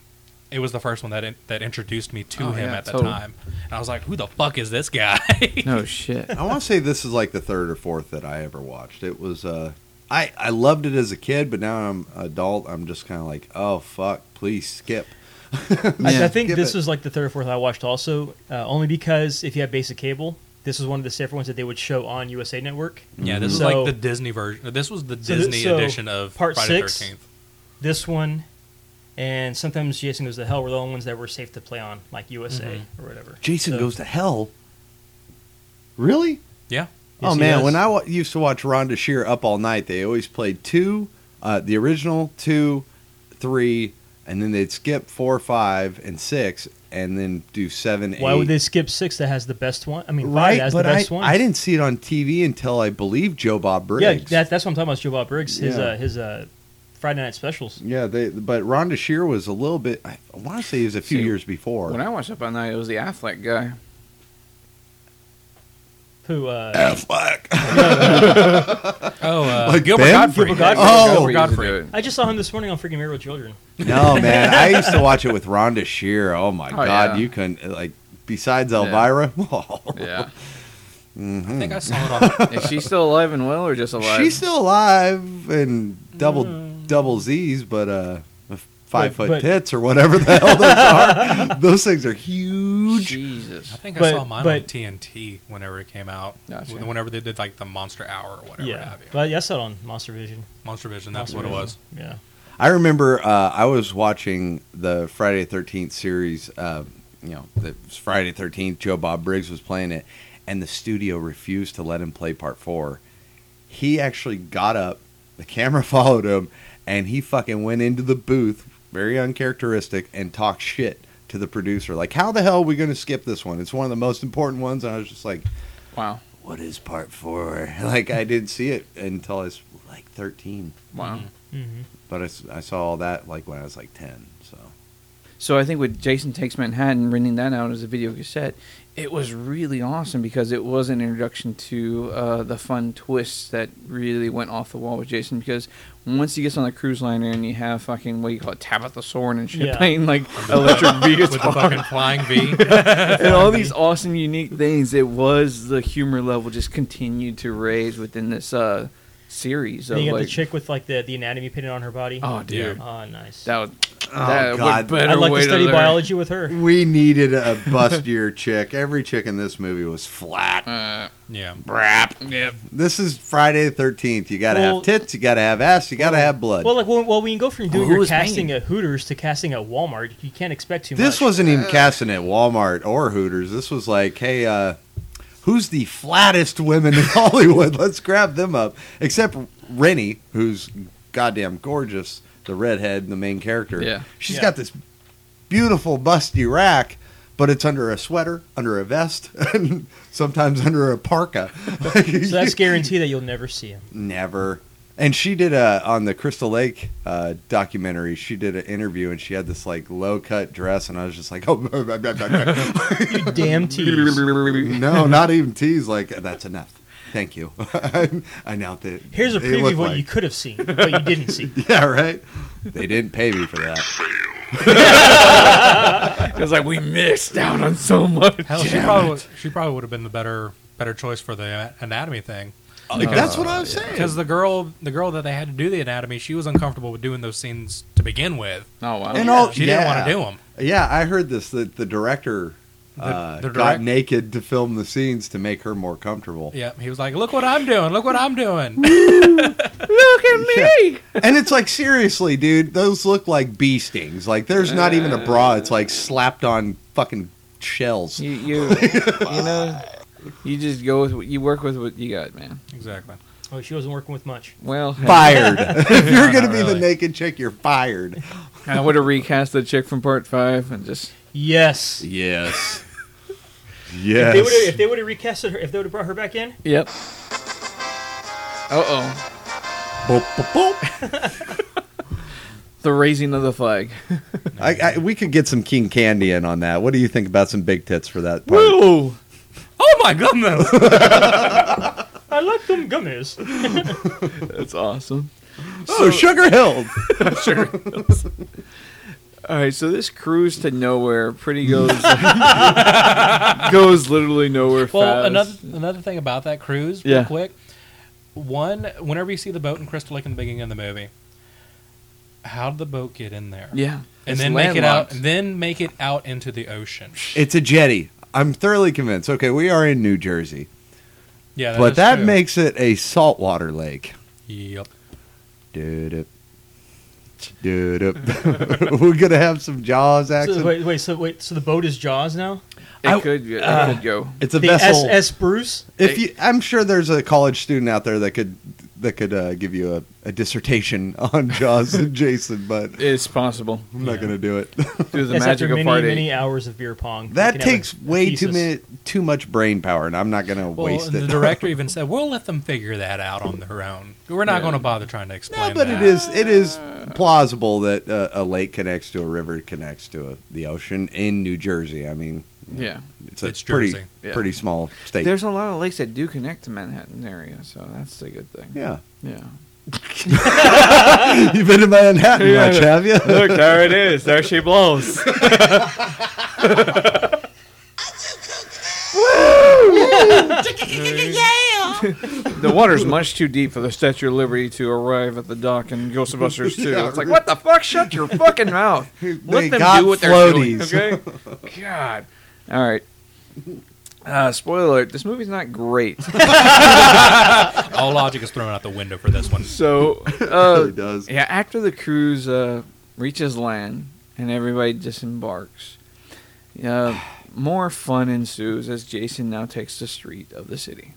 [SPEAKER 8] it was the first one that in, that introduced me to
[SPEAKER 6] Oh,
[SPEAKER 8] him
[SPEAKER 6] yeah,
[SPEAKER 8] at the
[SPEAKER 6] totally.
[SPEAKER 8] time. And I was like, "Who the fuck is this guy?"
[SPEAKER 6] No shit.
[SPEAKER 5] I want to say this is like the third or fourth that I ever watched. It was uh, I I loved it as a kid, but now I'm adult. I'm just kind of like, oh fuck, please skip.
[SPEAKER 7] I,
[SPEAKER 6] Yeah.
[SPEAKER 7] I think
[SPEAKER 5] Give
[SPEAKER 7] this
[SPEAKER 5] it-
[SPEAKER 7] was like the third or fourth I watched also, uh, only because if you have basic cable, this is one of the safer ones that they would show on USA Network.
[SPEAKER 8] yeah, this is
[SPEAKER 7] So-
[SPEAKER 8] like the Disney version. This was the
[SPEAKER 7] So thi-
[SPEAKER 8] Disney
[SPEAKER 7] so
[SPEAKER 8] edition of
[SPEAKER 7] part
[SPEAKER 8] Friday
[SPEAKER 7] six?
[SPEAKER 8] 13th.
[SPEAKER 7] This one, and sometimes Jason Goes to Hell were the only ones that were safe to play on, like USA
[SPEAKER 8] Mm-hmm.
[SPEAKER 7] or whatever.
[SPEAKER 5] Jason
[SPEAKER 7] So-
[SPEAKER 5] goes to hell. Really?
[SPEAKER 8] Yeah.
[SPEAKER 7] Yes,
[SPEAKER 5] oh
[SPEAKER 7] he
[SPEAKER 5] man,
[SPEAKER 7] does.
[SPEAKER 5] when I wa- used to watch Rhonda Shear up all night, they always played two, uh, the original two, three, and then they'd skip four, five, and six, and then do seven,
[SPEAKER 7] Why
[SPEAKER 5] eight.
[SPEAKER 7] would they skip six that has the best one? I mean,
[SPEAKER 5] Right,
[SPEAKER 7] right, that has
[SPEAKER 5] but
[SPEAKER 7] the best
[SPEAKER 5] I,
[SPEAKER 7] one.
[SPEAKER 5] I didn't see it on TV until I believe Joe Bob Briggs.
[SPEAKER 7] Yeah, that, that's what I'm talking about. Joe Bob Briggs, his
[SPEAKER 5] Yeah.
[SPEAKER 7] uh, his uh, Friday night specials.
[SPEAKER 5] Yeah, they but Rhonda Shear was a little bit. I, I want to say it was a few
[SPEAKER 6] See,
[SPEAKER 5] years before.
[SPEAKER 6] When I watched Up All Night, it was the Affleck guy.
[SPEAKER 7] Who? Uh,
[SPEAKER 8] Oh, uh,
[SPEAKER 5] Like
[SPEAKER 8] Gilbert
[SPEAKER 5] Ben?
[SPEAKER 8] Godfrey.
[SPEAKER 7] Gilbert Godfrey.
[SPEAKER 5] Oh.
[SPEAKER 8] Gilbert
[SPEAKER 6] Used to
[SPEAKER 8] Godfrey.
[SPEAKER 6] do it.
[SPEAKER 7] I just saw him this morning on freaking Married with Children.
[SPEAKER 5] no, man, I used to watch it with Rhonda Shear. Oh my
[SPEAKER 6] Oh,
[SPEAKER 5] God,
[SPEAKER 6] yeah.
[SPEAKER 5] you couldn't like. Besides Elvira, oh,
[SPEAKER 6] Yeah.
[SPEAKER 8] I think I saw it on.
[SPEAKER 6] Is she still alive and well, or just alive?
[SPEAKER 5] she's still alive and double double Z's, but uh, five foot
[SPEAKER 7] Mm. but-
[SPEAKER 5] tits or whatever the hell those are. those things are huge.
[SPEAKER 6] Jesus.
[SPEAKER 8] I think
[SPEAKER 7] But-
[SPEAKER 8] I saw mine on
[SPEAKER 7] but-
[SPEAKER 8] TNT whenever it came out.
[SPEAKER 6] Gotcha.
[SPEAKER 8] Whenever they did like the Monster Hour or whatever.
[SPEAKER 7] yeah,
[SPEAKER 8] Have you.
[SPEAKER 7] but yeah, I saw it on Monster Vision.
[SPEAKER 8] Monster Vision. That's
[SPEAKER 7] Monster
[SPEAKER 8] what it
[SPEAKER 7] Vision.
[SPEAKER 8] was.
[SPEAKER 7] Yeah,
[SPEAKER 5] I remember uh, I was watching the Friday Thirteenth series. Uh, you know, the Friday Thirteenth. Joe Bob Briggs was playing it, and the studio refused to let him play part four. He actually got up. The camera followed him, and he fucking went into the booth, very uncharacteristic, and talked shit to the producer. Like, how the hell are we going to skip this one? It's one of the most important ones. And I was just like,
[SPEAKER 6] Wow.
[SPEAKER 5] what is part four? Like, I didn't see it until I was like thirteen.
[SPEAKER 6] Wow.
[SPEAKER 7] hmm
[SPEAKER 5] But I, s- I saw all that like when I was like ten. So
[SPEAKER 6] So I think with Jason Takes Manhattan, renting that out as a video cassette, it was really awesome because it was an introduction to uh, the fun twists that really went off the wall with Jason. Because once he gets on the cruise liner and you have fucking what do you call it, Tabitha Soren and shit
[SPEAKER 7] Yeah.
[SPEAKER 6] playing like electric
[SPEAKER 8] With the
[SPEAKER 6] guitar
[SPEAKER 8] fucking flying V.
[SPEAKER 6] and all these awesome, unique things, it was the humor level just continued to raise within this uh, series of
[SPEAKER 7] then you got
[SPEAKER 6] like,
[SPEAKER 7] the chick with like the, the anatomy painted on her body.
[SPEAKER 6] oh dude,
[SPEAKER 7] oh nice.
[SPEAKER 6] that was
[SPEAKER 5] Oh,
[SPEAKER 6] that what
[SPEAKER 5] God.
[SPEAKER 6] better
[SPEAKER 7] I'd like
[SPEAKER 6] way
[SPEAKER 7] to study
[SPEAKER 6] learn.
[SPEAKER 7] biology with her.
[SPEAKER 5] we needed a bustier chick. Every chick in this movie was flat.
[SPEAKER 6] Uh,
[SPEAKER 8] Yeah.
[SPEAKER 6] brap. Yep.
[SPEAKER 5] This is Friday the Thirteenth. You gotta
[SPEAKER 7] Well-
[SPEAKER 5] have tits. You gotta have ass. You gotta have blood.
[SPEAKER 7] Well, like well, well, when you go from doing
[SPEAKER 6] who
[SPEAKER 7] your
[SPEAKER 6] was
[SPEAKER 7] casting
[SPEAKER 6] paying?
[SPEAKER 7] at Hooters to casting at Walmart, you can't expect too
[SPEAKER 5] this
[SPEAKER 7] much.
[SPEAKER 5] wasn't even casting at Walmart or Hooters. This was like, hey, uh, who's the flattest women in Hollywood? Let's grab them up. Except Rennie, who's goddamn gorgeous, the redhead, the main character.
[SPEAKER 6] Yeah.
[SPEAKER 5] she's
[SPEAKER 7] Yeah.
[SPEAKER 5] got this beautiful busty rack. But it's under a sweater, under a vest, and sometimes under a parka.
[SPEAKER 7] so that's guarantee that you'll never see him.
[SPEAKER 5] Never. And she did a on the Crystal Lake uh, documentary. She did an interview, and she had this like low cut dress, and I was just like, oh, blah, blah, blah, blah, blah.
[SPEAKER 7] Damn tease.
[SPEAKER 5] no, not even tease. Like that's enough. Thank you. I now that
[SPEAKER 7] Here's a
[SPEAKER 5] it looked
[SPEAKER 7] preview of what
[SPEAKER 5] like-
[SPEAKER 7] you could have seen, but you didn't see.
[SPEAKER 5] Yeah, right. They didn't pay me for that.
[SPEAKER 6] It's like we missed out on so much.
[SPEAKER 8] Hell, she probably would, she probably would have been the better better choice for the anatomy thing
[SPEAKER 5] Like, that's what I was saying.
[SPEAKER 8] because the girl the girl that they had to do the anatomy she was uncomfortable with doing those scenes to begin with.
[SPEAKER 6] Oh wow!
[SPEAKER 5] And all-
[SPEAKER 8] she didn't want to do them.
[SPEAKER 5] Yeah, I heard this that the director uh,
[SPEAKER 8] the
[SPEAKER 5] got
[SPEAKER 8] direct-
[SPEAKER 5] naked to film the scenes to make her more comfortable.
[SPEAKER 8] Yeah, he was like, "Look what I'm doing! Look what I'm doing!"
[SPEAKER 6] Look at me.
[SPEAKER 5] And it's like seriously, dude, those look like bee stings. Like there's not even a bra. It's like slapped on fucking shells.
[SPEAKER 6] You you you know, you just go with what you work with what you got, man.
[SPEAKER 8] exactly.
[SPEAKER 7] Oh, she wasn't working with much.
[SPEAKER 6] Well,
[SPEAKER 5] Fired. if you're gonna
[SPEAKER 8] not
[SPEAKER 5] be the
[SPEAKER 8] really.
[SPEAKER 5] naked chick, you're fired.
[SPEAKER 6] I would have recast the chick from part five and just
[SPEAKER 7] Yes.
[SPEAKER 5] Yes.
[SPEAKER 7] If they would have,
[SPEAKER 5] yes.
[SPEAKER 7] if they would have recasted her, if they would have brought her back in,
[SPEAKER 6] yep. Uh oh,
[SPEAKER 5] Boop, boop, boop.
[SPEAKER 6] the raising of the flag.
[SPEAKER 5] I, I, we could get some King Candy in on that. What do you think about some big tits for that? Part?
[SPEAKER 6] Woo!
[SPEAKER 8] Oh my goodness!
[SPEAKER 7] I like them gummies.
[SPEAKER 6] That's awesome.
[SPEAKER 5] Oh, Sugar Hill.
[SPEAKER 6] All right, so this cruise to nowhere pretty goes goes literally nowhere
[SPEAKER 8] Well,
[SPEAKER 6] fast.
[SPEAKER 8] another another thing about that cruise, real
[SPEAKER 6] Yeah.
[SPEAKER 8] quick. One, whenever you see the boat in Crystal Lake in the beginning of the movie, how did the boat get in there?
[SPEAKER 6] yeah,
[SPEAKER 8] and
[SPEAKER 6] it's
[SPEAKER 8] then make it out.
[SPEAKER 6] landlocked.
[SPEAKER 8] Then make it out into the ocean.
[SPEAKER 5] It's a jetty. I'm thoroughly convinced. Okay, we are in New Jersey,
[SPEAKER 8] Yeah,
[SPEAKER 5] but
[SPEAKER 8] is
[SPEAKER 5] that
[SPEAKER 8] true.
[SPEAKER 5] makes it a saltwater lake.
[SPEAKER 8] yep.
[SPEAKER 5] Dude, dude, we're gonna have some Jaws action.
[SPEAKER 7] So, wait, wait, so wait, so the boat is Jaws now?
[SPEAKER 6] It
[SPEAKER 5] I-
[SPEAKER 6] could go- it could go.
[SPEAKER 5] it's a
[SPEAKER 7] the
[SPEAKER 5] vessel.
[SPEAKER 7] SS Bruce.
[SPEAKER 5] if you, I'm sure there's a college student out there that could that could uh, give you a, a dissertation on Jaws and Jason, but
[SPEAKER 6] It's possible
[SPEAKER 5] I'm not going to do it.
[SPEAKER 6] through the
[SPEAKER 7] Yes,
[SPEAKER 6] magic
[SPEAKER 7] after
[SPEAKER 6] of
[SPEAKER 7] many,
[SPEAKER 6] part
[SPEAKER 7] many
[SPEAKER 6] eight.
[SPEAKER 7] hours of beer pong.
[SPEAKER 5] that
[SPEAKER 7] we can have
[SPEAKER 5] takes
[SPEAKER 7] a- a
[SPEAKER 5] way too
[SPEAKER 7] thesis.
[SPEAKER 5] many, too much brain power, and I'm not going to
[SPEAKER 8] Well,
[SPEAKER 5] waste
[SPEAKER 8] and
[SPEAKER 5] it.
[SPEAKER 8] the director even said, "We'll let them figure that out on their own. We're not
[SPEAKER 6] Yeah.
[SPEAKER 8] going to bother trying
[SPEAKER 5] no,
[SPEAKER 8] to explain."
[SPEAKER 5] but
[SPEAKER 8] that.
[SPEAKER 5] it is it is plausible that uh, a lake connects to a river, connects to a, the ocean in New Jersey. I mean,
[SPEAKER 6] Yeah.
[SPEAKER 5] it's a
[SPEAKER 8] It's
[SPEAKER 5] pretty
[SPEAKER 8] Jersey.
[SPEAKER 6] Yeah.
[SPEAKER 5] pretty small state.
[SPEAKER 6] There's a lot of lakes that do connect to Manhattan area, so that's a good thing.
[SPEAKER 5] yeah,
[SPEAKER 6] Yeah.
[SPEAKER 5] you've been to Manhattan
[SPEAKER 6] Yeah.
[SPEAKER 5] much, have you?
[SPEAKER 6] Look, there it is. There she blows. the water's much too deep for the Statue of Liberty to arrive at the dock in Ghostbusters 2.
[SPEAKER 5] Yeah,
[SPEAKER 6] it's like, what the fuck? Shut your fucking mouth. Let
[SPEAKER 5] They
[SPEAKER 6] them
[SPEAKER 5] got
[SPEAKER 6] do what
[SPEAKER 5] floaties.
[SPEAKER 6] they're doing, okay? God. All right. Uh, spoiler alert, this movie's not great.
[SPEAKER 8] All logic is thrown out the window for this one.
[SPEAKER 6] So,
[SPEAKER 9] It
[SPEAKER 6] uh,
[SPEAKER 9] really does.
[SPEAKER 6] Yeah, after the cruise uh, reaches land and everybody disembarks, uh, more fun ensues as Jason now takes the street of the city.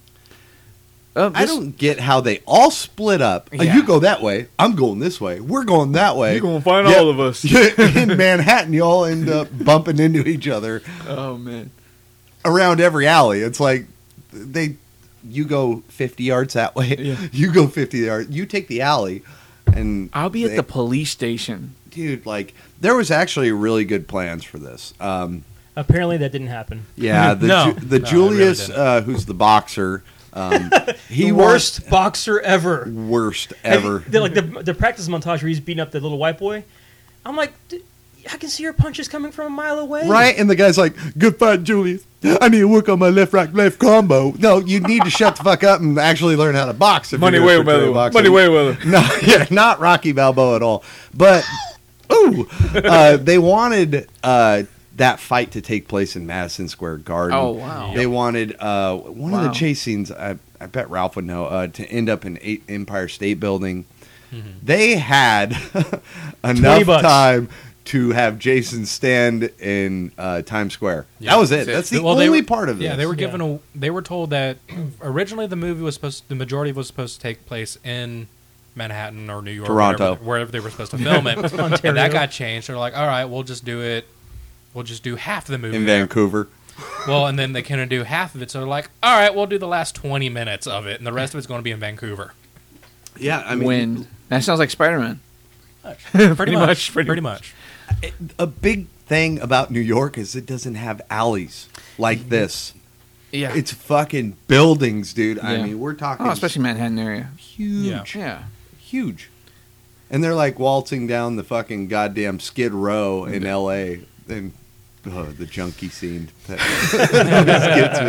[SPEAKER 6] Uh,
[SPEAKER 5] I
[SPEAKER 6] this-
[SPEAKER 5] don't get how they all split up. Uh,
[SPEAKER 6] Yeah.
[SPEAKER 5] you go that way. I'm going this way. We're going that way.
[SPEAKER 6] find
[SPEAKER 5] Yeah. all
[SPEAKER 6] of us.
[SPEAKER 5] in Manhattan, you all end up bumping into each other
[SPEAKER 6] Oh man,
[SPEAKER 5] around every alley. It's like they, you go 50 yards that way.
[SPEAKER 6] Yeah.
[SPEAKER 5] You go 50 yards. You take the alley, and
[SPEAKER 6] I'll be
[SPEAKER 5] they-
[SPEAKER 6] at the police station.
[SPEAKER 5] dude. Like there was actually really good plans for this. Um,
[SPEAKER 7] Apparently, that didn't happen.
[SPEAKER 5] yeah, the
[SPEAKER 8] No.
[SPEAKER 5] Ju- the
[SPEAKER 8] No, they really
[SPEAKER 5] Julius,
[SPEAKER 8] didn't.
[SPEAKER 5] uh, who's the boxer, um, he
[SPEAKER 7] the
[SPEAKER 5] was
[SPEAKER 7] worst boxer ever.
[SPEAKER 5] worst
[SPEAKER 7] Have
[SPEAKER 5] ever.
[SPEAKER 7] you- the, like the, the practice montage where he's beating up the little white boy. I'm like, D- I can see your punches coming from a mile away.
[SPEAKER 5] Right? And the guy's like, good fight, Julius. I need to work on my left, right, left combo. No, you need to shut the fuck up and actually learn how to box. If you're gonna portray boxing.
[SPEAKER 6] Wayweather.
[SPEAKER 5] No, yeah, not Rocky Balboa at all. But, ooh, uh, they wanted uh, that fight to take place in Madison Square Garden.
[SPEAKER 6] Oh, wow.
[SPEAKER 5] They wanted uh, one of
[SPEAKER 6] Wow.
[SPEAKER 5] the chase scenes, I, I bet Ralph would know, uh, to end up in eight Empire State Building.
[SPEAKER 8] Mm-hmm.
[SPEAKER 5] They had enough
[SPEAKER 7] bucks.
[SPEAKER 5] time to have Jason stand in uh, Times Square.
[SPEAKER 8] Yeah.
[SPEAKER 5] that was it.
[SPEAKER 6] That's it.
[SPEAKER 5] That's the
[SPEAKER 8] Well, they
[SPEAKER 5] only
[SPEAKER 8] were-
[SPEAKER 5] part of it.
[SPEAKER 8] Yeah, they were given
[SPEAKER 7] Yeah.
[SPEAKER 8] a. They were told that originally the movie was supposed. The majority was supposed to take place in Manhattan or New York,
[SPEAKER 5] Toronto.
[SPEAKER 8] wherever, wherever they were supposed to film it. and
[SPEAKER 7] Ontario.
[SPEAKER 8] that got changed. They're like, all right, we'll just do it. We'll just do half the movie.
[SPEAKER 5] in Vancouver.
[SPEAKER 8] Well, and then they couldn't do half of it, so they're like, all right, we'll do the last twenty minutes of it, and the rest of it's going to be in Vancouver.
[SPEAKER 5] Yeah, I
[SPEAKER 6] Wind. That sounds like Spider Man.
[SPEAKER 8] Pretty,
[SPEAKER 6] much,
[SPEAKER 8] much,
[SPEAKER 6] pretty
[SPEAKER 8] Pretty, much.
[SPEAKER 5] a big thing about New York is it doesn't have alleys like this.
[SPEAKER 6] Yeah.
[SPEAKER 5] It's fucking buildings, dude. I
[SPEAKER 6] Yeah.
[SPEAKER 5] mean, we're talking
[SPEAKER 6] oh, especially Manhattan area.
[SPEAKER 5] huge,
[SPEAKER 6] Yeah.
[SPEAKER 5] huge. And they're like waltzing down the fucking goddamn Skid Row in L.A. and oh, the junkie scene. That gets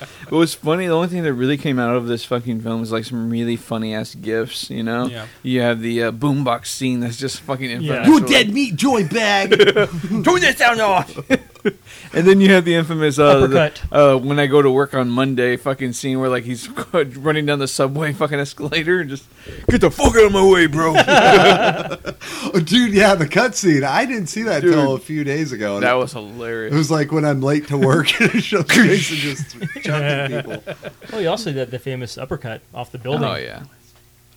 [SPEAKER 5] me.
[SPEAKER 6] It was funny. The only thing that really came out of this fucking film is like some really funny ass gifs. You know,
[SPEAKER 8] Yeah.
[SPEAKER 6] you have the uh, boombox scene that's just fucking infamous.
[SPEAKER 7] Yeah.
[SPEAKER 5] You dead meat joy bag.
[SPEAKER 6] Turn this sound off. and then you have the infamous uh, the,
[SPEAKER 7] Uppercut.
[SPEAKER 6] uh, when I go to work on Monday fucking scene where like he's running down the subway fucking escalator and just get the fuck out of my way, bro. that
[SPEAKER 5] Oh, dude, yeah, the cutscene. I didn't see that
[SPEAKER 6] Dude.
[SPEAKER 5] till a few days ago. and
[SPEAKER 6] was
[SPEAKER 5] it
[SPEAKER 6] hilarious.
[SPEAKER 5] was like when I'm late to work and it shows Jason just chucking people.
[SPEAKER 7] Well, you also did the famous uppercut off the building.
[SPEAKER 6] Oh yeah,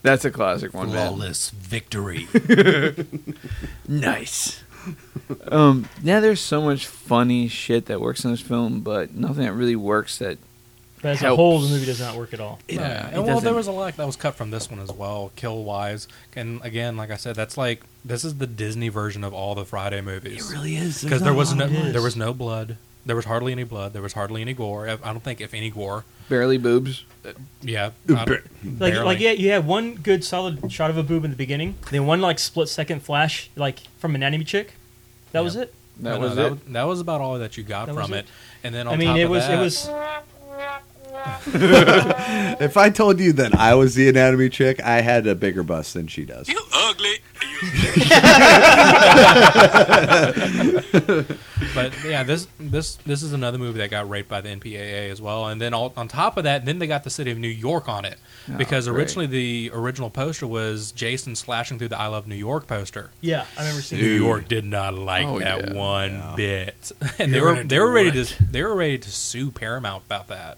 [SPEAKER 6] that's a classic one. man.
[SPEAKER 8] victory.
[SPEAKER 6] Nice. um, yeah, there's so much funny shit that works in this film, but nothing that really works that
[SPEAKER 7] But as a
[SPEAKER 6] Helps.
[SPEAKER 7] whole, the movie does not work at all.
[SPEAKER 8] Yeah,
[SPEAKER 6] it
[SPEAKER 8] and well,
[SPEAKER 6] doesn't-
[SPEAKER 8] there was a lot that was cut from this one as well, kill wise. And again, like I said, that's like this is the Disney version of all the Friday movies. It really is because there was no
[SPEAKER 7] is.
[SPEAKER 8] there was no blood. There was hardly any blood. There was hardly any gore. I I don't think if any gore.
[SPEAKER 6] barely boobs.
[SPEAKER 8] Yeah, I
[SPEAKER 5] Ba-
[SPEAKER 8] don't-
[SPEAKER 7] Like,
[SPEAKER 8] barely.
[SPEAKER 7] like yeah, you had one good solid shot of a boob in the beginning, then one like split second flash like from an anime chick. That was it.
[SPEAKER 6] That
[SPEAKER 8] No,
[SPEAKER 6] was
[SPEAKER 8] that,
[SPEAKER 6] it.
[SPEAKER 8] w- that was about all that you got
[SPEAKER 7] That was
[SPEAKER 8] from
[SPEAKER 7] it.
[SPEAKER 8] it. And then on
[SPEAKER 7] I mean,
[SPEAKER 8] top
[SPEAKER 7] it
[SPEAKER 8] of
[SPEAKER 7] was
[SPEAKER 8] that-
[SPEAKER 7] it was
[SPEAKER 5] If I told you that I was the anatomy chick, I had a bigger bust than she does.
[SPEAKER 8] But yeah, this this this is another movie that got raped by the NPAA as well. And then all, on top of that, then they got the city of New York on it because
[SPEAKER 6] Oh, great.
[SPEAKER 8] originally the original poster was Jason slashing through the "I Love New York" poster.
[SPEAKER 7] yeah. I remember seeing.
[SPEAKER 8] New
[SPEAKER 7] it.
[SPEAKER 8] York did not like
[SPEAKER 6] Oh,
[SPEAKER 8] that
[SPEAKER 6] yeah.
[SPEAKER 8] one bit, and they were they were ready to they were ready to sue Paramount about that.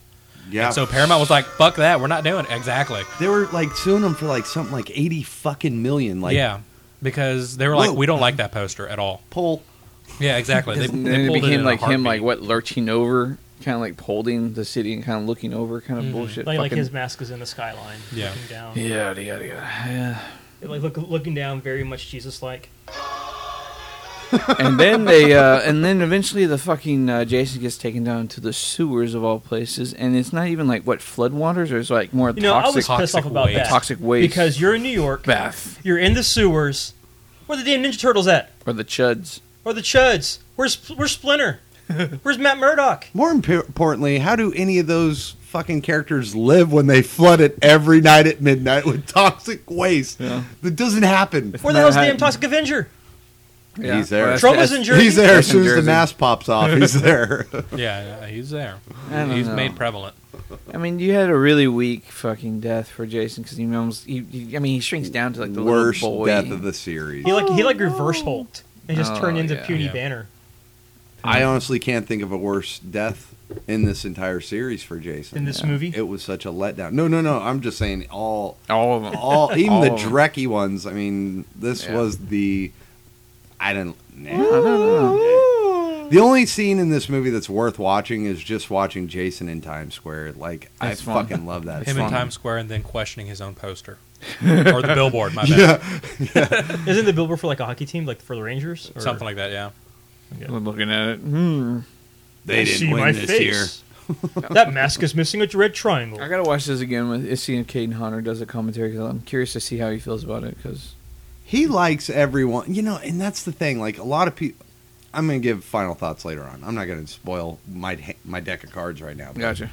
[SPEAKER 5] Yeah.
[SPEAKER 8] And so Paramount was like, "Fuck that, we're not doing it." Exactly.
[SPEAKER 5] They were like suing him for like something like eighty fucking million. Like
[SPEAKER 8] yeah, because they were like,
[SPEAKER 5] Whoa.
[SPEAKER 8] "We don't like that poster at all."
[SPEAKER 5] pull.
[SPEAKER 8] Yeah, exactly. they,
[SPEAKER 6] and
[SPEAKER 8] they
[SPEAKER 6] then it
[SPEAKER 8] pulled in
[SPEAKER 6] became
[SPEAKER 8] a
[SPEAKER 6] like him,
[SPEAKER 8] heartbeat.
[SPEAKER 6] like what lurching over, kind of like holding the city and kind of looking over, kind of
[SPEAKER 8] Mhm.
[SPEAKER 6] bullshit.
[SPEAKER 7] Like, like
[SPEAKER 6] fucking-
[SPEAKER 7] his mask was in the skyline,
[SPEAKER 8] Yeah.
[SPEAKER 7] looking down,
[SPEAKER 6] yeah, yeah, yeah, yeah.
[SPEAKER 7] like look, looking down, very much Jesus-like.
[SPEAKER 6] and then they, uh, and then eventually the fucking uh, Jason gets taken down to the sewers of all places, and it's not even like what floodwaters, or it's like more
[SPEAKER 7] You know, I was
[SPEAKER 6] toxic,
[SPEAKER 7] pissed off
[SPEAKER 8] toxic
[SPEAKER 7] about
[SPEAKER 8] waste.
[SPEAKER 7] that
[SPEAKER 6] toxic waste
[SPEAKER 7] because you're in New York,
[SPEAKER 6] bath
[SPEAKER 7] you're in the sewers. Where the damn Ninja Turtles at?
[SPEAKER 6] or the chuds.
[SPEAKER 7] Or the Chuds? Where's Where's Splinter? Where's Matt Murdock?
[SPEAKER 5] More impo- importantly, how do any of those fucking characters live when they flood it every night at midnight with toxic waste?
[SPEAKER 6] Yeah.
[SPEAKER 5] That doesn't happen.
[SPEAKER 7] Where the hell's the damn
[SPEAKER 6] Manhattan.
[SPEAKER 7] Toxic Avenger?
[SPEAKER 6] Yeah.
[SPEAKER 5] He's there.
[SPEAKER 6] Well, that's-
[SPEAKER 7] Trouble's
[SPEAKER 6] that's-
[SPEAKER 7] in Jersey.
[SPEAKER 5] He's there as
[SPEAKER 6] That's
[SPEAKER 5] soon
[SPEAKER 6] in
[SPEAKER 5] as the
[SPEAKER 6] Jersey.
[SPEAKER 5] mask pops off. He's there.
[SPEAKER 8] Yeah, yeah, he's there.
[SPEAKER 6] I don't
[SPEAKER 8] He's
[SPEAKER 6] know.
[SPEAKER 8] made prevalent.
[SPEAKER 6] I mean, you had a really weak fucking death for Jason because he almost. He, he- I mean, he shrinks down to like the
[SPEAKER 5] Worst
[SPEAKER 6] little boy.
[SPEAKER 5] death of the series.
[SPEAKER 7] He like he like reverse hulked and just
[SPEAKER 6] Oh,
[SPEAKER 7] turned into
[SPEAKER 6] yeah.
[SPEAKER 7] puny
[SPEAKER 8] Yeah.
[SPEAKER 7] Banner.
[SPEAKER 5] I honestly can't think of a worse death in this entire series for Jason.
[SPEAKER 7] In this movie?
[SPEAKER 5] it was such a letdown. No, no, no. I'm just saying all,
[SPEAKER 6] All of them.
[SPEAKER 5] all, even the
[SPEAKER 6] All of 'em.
[SPEAKER 5] Drecky ones. I mean, this
[SPEAKER 6] Yeah.
[SPEAKER 5] was the. I didn't.
[SPEAKER 6] I
[SPEAKER 5] Nah.
[SPEAKER 6] don't know.
[SPEAKER 5] The only scene in this movie that's worth watching is just watching Jason in Times Square. Like
[SPEAKER 6] That's
[SPEAKER 5] I
[SPEAKER 6] fun.
[SPEAKER 5] fucking love that.
[SPEAKER 8] him
[SPEAKER 5] scene.
[SPEAKER 8] in Times Square and then questioning his own poster or the billboard. My bad.
[SPEAKER 5] Yeah,
[SPEAKER 7] Isn't the billboard for like a hockey team, like for the Rangers? Or
[SPEAKER 8] Something like that, yeah.
[SPEAKER 6] I'm looking at it. Hmm.
[SPEAKER 5] they didn't win this year.
[SPEAKER 7] that mask is missing a red triangle.
[SPEAKER 6] I gotta watch this again with seeing Caden Hunter does a commentary because I'm curious to see how he feels about it. Because
[SPEAKER 5] He likes everyone, you know, and that's the thing. Like a lot of people, I'm going to give final thoughts later on. I'm not going to spoil my ha- my deck of cards right now. but,
[SPEAKER 6] gotcha.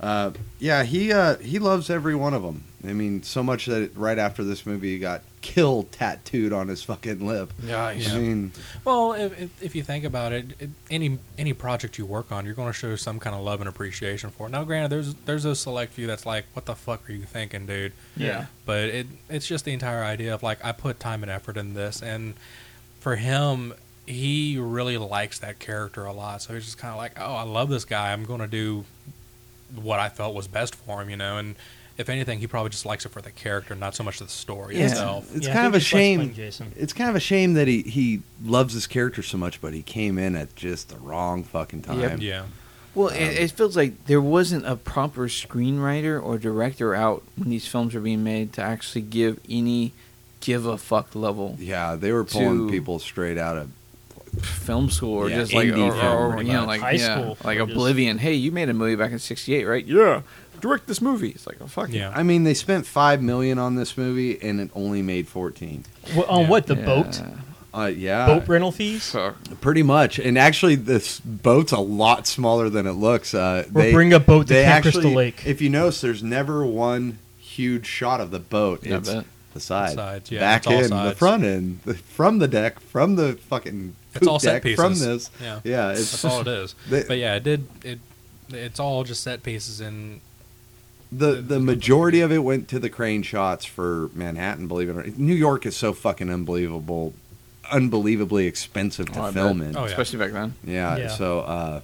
[SPEAKER 5] Uh, yeah, he uh, he loves every one of them. I mean, so much that it, right after this movie, he got "kill" tattooed on his fucking lip. I mean,
[SPEAKER 8] Well, if, if, if you think about it, it, any any project you work on, you're going to show some kind of love and appreciation for it. Now, granted, there's there's those select few that's like, "What the fuck are you thinking, dude?"
[SPEAKER 7] Yeah.
[SPEAKER 8] But it it's just the entire idea of like, I put time and effort in this, and for him, he really likes that character a lot. So he's just kind of like, "Oh, I love this guy. I'm going to do what I felt was best for him," you know, and. If anything, he probably just likes it for the character, not so much the story
[SPEAKER 6] Yeah.
[SPEAKER 8] itself.
[SPEAKER 5] it's
[SPEAKER 7] Yeah, I
[SPEAKER 5] kind of
[SPEAKER 7] think
[SPEAKER 5] a
[SPEAKER 7] just likes
[SPEAKER 5] shame.
[SPEAKER 7] playing Jason.
[SPEAKER 5] It's kind of a shame that he he loves his character so much, but he came in at just the wrong fucking time.
[SPEAKER 6] Yep.
[SPEAKER 8] Yeah,
[SPEAKER 6] Well, it, it feels like there wasn't a proper screenwriter or director out when these films were being made to actually give any give a fuck level
[SPEAKER 5] Yeah, they were pulling
[SPEAKER 6] To-
[SPEAKER 5] people straight out of
[SPEAKER 6] film school or
[SPEAKER 5] Yeah,
[SPEAKER 6] just like
[SPEAKER 5] indie
[SPEAKER 6] or,
[SPEAKER 5] film,
[SPEAKER 6] or,
[SPEAKER 5] pretty
[SPEAKER 6] you know
[SPEAKER 5] much.
[SPEAKER 6] like
[SPEAKER 7] High
[SPEAKER 6] yeah,
[SPEAKER 7] school
[SPEAKER 6] like
[SPEAKER 7] or just-
[SPEAKER 6] Oblivion. Hey, you made a movie back in '68, right? Yeah, direct this movie. It's like oh fuck
[SPEAKER 8] yeah.
[SPEAKER 5] I mean, they spent five million on this movie, and it only made fourteen.
[SPEAKER 7] Wha- on
[SPEAKER 8] Yeah.
[SPEAKER 7] what the
[SPEAKER 6] Yeah.
[SPEAKER 7] boat?
[SPEAKER 5] Uh, yeah,
[SPEAKER 7] Boat rental fees?
[SPEAKER 6] Fuck.
[SPEAKER 5] pretty much. And actually, this boat's a lot smaller than it looks. Uh,
[SPEAKER 7] Or bring a boat to
[SPEAKER 5] they
[SPEAKER 7] Camp Crystal
[SPEAKER 5] actually-
[SPEAKER 7] Lake.
[SPEAKER 5] If you notice, there's never one huge shot of the boat.
[SPEAKER 6] Yeah, I
[SPEAKER 5] It's
[SPEAKER 6] bet.
[SPEAKER 5] the side,
[SPEAKER 8] Sides, yeah,
[SPEAKER 5] back
[SPEAKER 8] it's all
[SPEAKER 5] end, the
[SPEAKER 8] sides.
[SPEAKER 5] front end, the, from the deck, from the fucking
[SPEAKER 8] It's all
[SPEAKER 5] poop
[SPEAKER 8] set
[SPEAKER 5] deck,
[SPEAKER 8] pieces.
[SPEAKER 5] from this.
[SPEAKER 8] Yeah.
[SPEAKER 5] yeah,
[SPEAKER 8] That's
[SPEAKER 5] it's
[SPEAKER 8] all it is.
[SPEAKER 5] They-
[SPEAKER 8] but yeah, it did. It it's all just set pieces and
[SPEAKER 5] the the majority of it went to the crane shots for Manhattan. Believe it or not, New York is so fucking unbelievable, unbelievably expensive to
[SPEAKER 6] Oh, I bet.
[SPEAKER 5] film in.
[SPEAKER 8] Oh, yeah.
[SPEAKER 6] Especially back then.
[SPEAKER 5] Yeah.
[SPEAKER 7] Yeah.
[SPEAKER 5] So uh,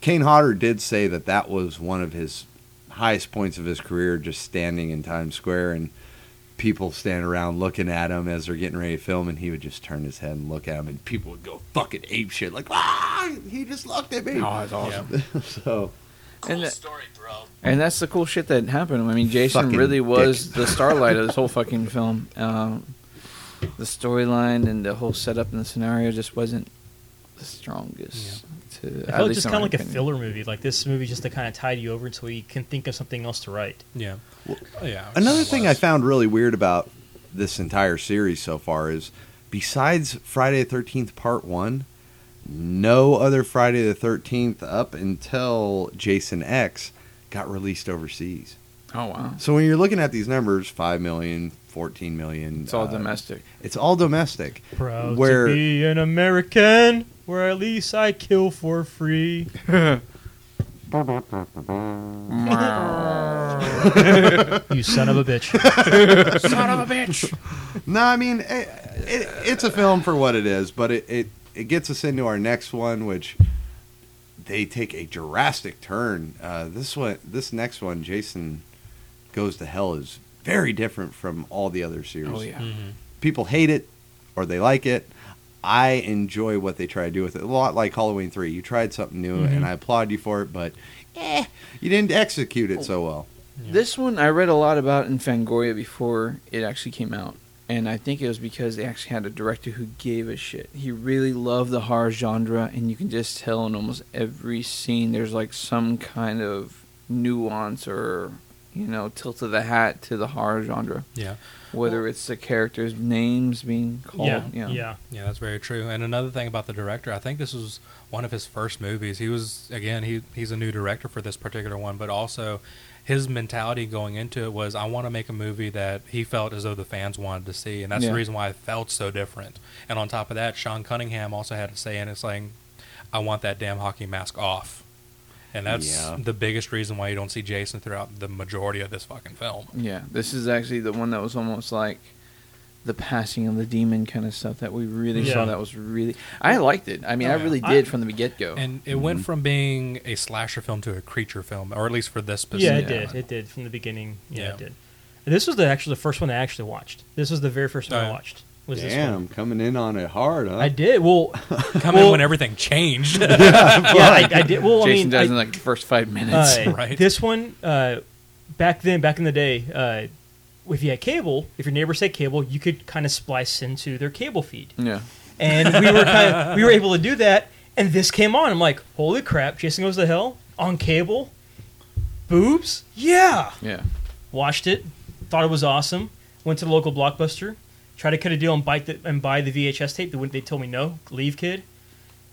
[SPEAKER 5] Kane Hodder did say that that was one of his highest points of his career, just standing in Times Square and people stand around looking at him as they're getting ready to film, and he would just turn his head and look at him, and people would go fucking ape shit, like ah, he just looked at me.
[SPEAKER 6] Oh, that's awesome.
[SPEAKER 5] so
[SPEAKER 6] And, that-
[SPEAKER 4] story, bro.
[SPEAKER 6] and that's the cool shit that happened. I mean, Jason
[SPEAKER 5] Fucking
[SPEAKER 6] really was the starlight of this whole fucking film. Um, the storyline and the whole setup and the scenario just wasn't the strongest. To,
[SPEAKER 7] I
[SPEAKER 6] at
[SPEAKER 7] feel like
[SPEAKER 6] least
[SPEAKER 7] just
[SPEAKER 6] in
[SPEAKER 7] kind of
[SPEAKER 6] my
[SPEAKER 7] like a
[SPEAKER 6] opinion.
[SPEAKER 7] filler movie. Like this movie just to kind of tide you over until you can think of something else to write.
[SPEAKER 8] yeah, yeah.
[SPEAKER 5] Another
[SPEAKER 8] it
[SPEAKER 5] thing
[SPEAKER 8] was.
[SPEAKER 5] I found really weird about this entire series so far is besides Friday the 13th part 1, no other Friday the 13th up until Jason X got released overseas.
[SPEAKER 6] Oh wow,
[SPEAKER 5] So when you're looking at these numbers, 5 million, 14 million,
[SPEAKER 6] it's all
[SPEAKER 5] uh,
[SPEAKER 6] domestic.
[SPEAKER 5] It's all domestic.
[SPEAKER 7] Proud
[SPEAKER 5] Where-
[SPEAKER 7] to be an American, where at least I kill for free. you son of a bitch.
[SPEAKER 5] No, I mean it, it, it's a film for what it is, but it, it it gets us into our next one, which they take a drastic turn. Uh, this one, this next one, Jason Goes to Hell, is very different from all the other series.
[SPEAKER 6] Oh yeah.
[SPEAKER 8] Mm-hmm.
[SPEAKER 5] People hate it or they like it. I enjoy what they try to do with it. A lot like Halloween Three. You tried something new,
[SPEAKER 7] Mm-hmm.
[SPEAKER 5] and I applaud you for it, but eh, you didn't execute
[SPEAKER 7] Oh,
[SPEAKER 5] it so well.
[SPEAKER 6] This one I read a lot about in Fangoria before it actually came out. And I think it was because they actually had a director who gave a shit. He really loved the horror genre, and you can just tell in almost every scene there's like some kind of nuance or, you know, tilt of the hat to the horror genre.
[SPEAKER 8] Yeah.
[SPEAKER 6] Whether it's the characters' names being called.
[SPEAKER 7] yeah,
[SPEAKER 6] you know.
[SPEAKER 7] yeah.
[SPEAKER 8] Yeah, that's very true. And another thing about the director, I think this was one of his first movies. He was again, he he's a new director for this particular one, but also his mentality going into it was I want to make a movie that he felt as though the fans wanted to see, and that's
[SPEAKER 6] Yeah.
[SPEAKER 8] the reason why it felt so different. And on top of that, Sean Cunningham also had to say in it saying, I want that damn hockey mask off. And that's
[SPEAKER 5] Yeah.
[SPEAKER 8] the biggest reason why you don't see Jason throughout the majority of this fucking film.
[SPEAKER 6] Yeah, this is actually the one that was almost like the passing of the demon kind of stuff that we really
[SPEAKER 7] Yeah.
[SPEAKER 6] saw. That was really, I liked it. I mean,
[SPEAKER 8] Oh,
[SPEAKER 6] I
[SPEAKER 8] yeah.
[SPEAKER 6] really
[SPEAKER 7] I-
[SPEAKER 6] did from the get go.
[SPEAKER 8] And it went from being a slasher film to a creature film, or at least for this specific
[SPEAKER 7] Yeah, it
[SPEAKER 6] Yeah.
[SPEAKER 7] did. It did from the beginning. Yeah,
[SPEAKER 8] Yeah.
[SPEAKER 7] it did. And this was the actually the first one I actually watched. This was the very first one
[SPEAKER 8] Oh,
[SPEAKER 7] I
[SPEAKER 8] yeah.
[SPEAKER 7] watched. Was this one?
[SPEAKER 5] Damn, coming in on it hard, huh?
[SPEAKER 7] I did. Well,
[SPEAKER 8] come in
[SPEAKER 7] Well-
[SPEAKER 8] when everything changed.
[SPEAKER 7] yeah, I, I did. Well,
[SPEAKER 6] Jason
[SPEAKER 7] I mean,
[SPEAKER 6] dies
[SPEAKER 7] I-
[SPEAKER 6] in like the first five minutes.
[SPEAKER 7] uh,
[SPEAKER 8] Right.
[SPEAKER 7] This one, uh, back then, back in the day, uh, if you had cable, if your neighbors had cable, you could kind of splice into their cable feed,
[SPEAKER 6] yeah,
[SPEAKER 7] and we were kind of, we were able to do that. And this came on. I'm like, holy crap! Jason goes to hell on cable. Boobs? Yeah.
[SPEAKER 6] yeah.
[SPEAKER 7] watched it, thought it was awesome. Went to the local blockbuster, tried to cut a deal and buy the, and buy the VHS tape. They, wouldn't- they told me no, leave, kid.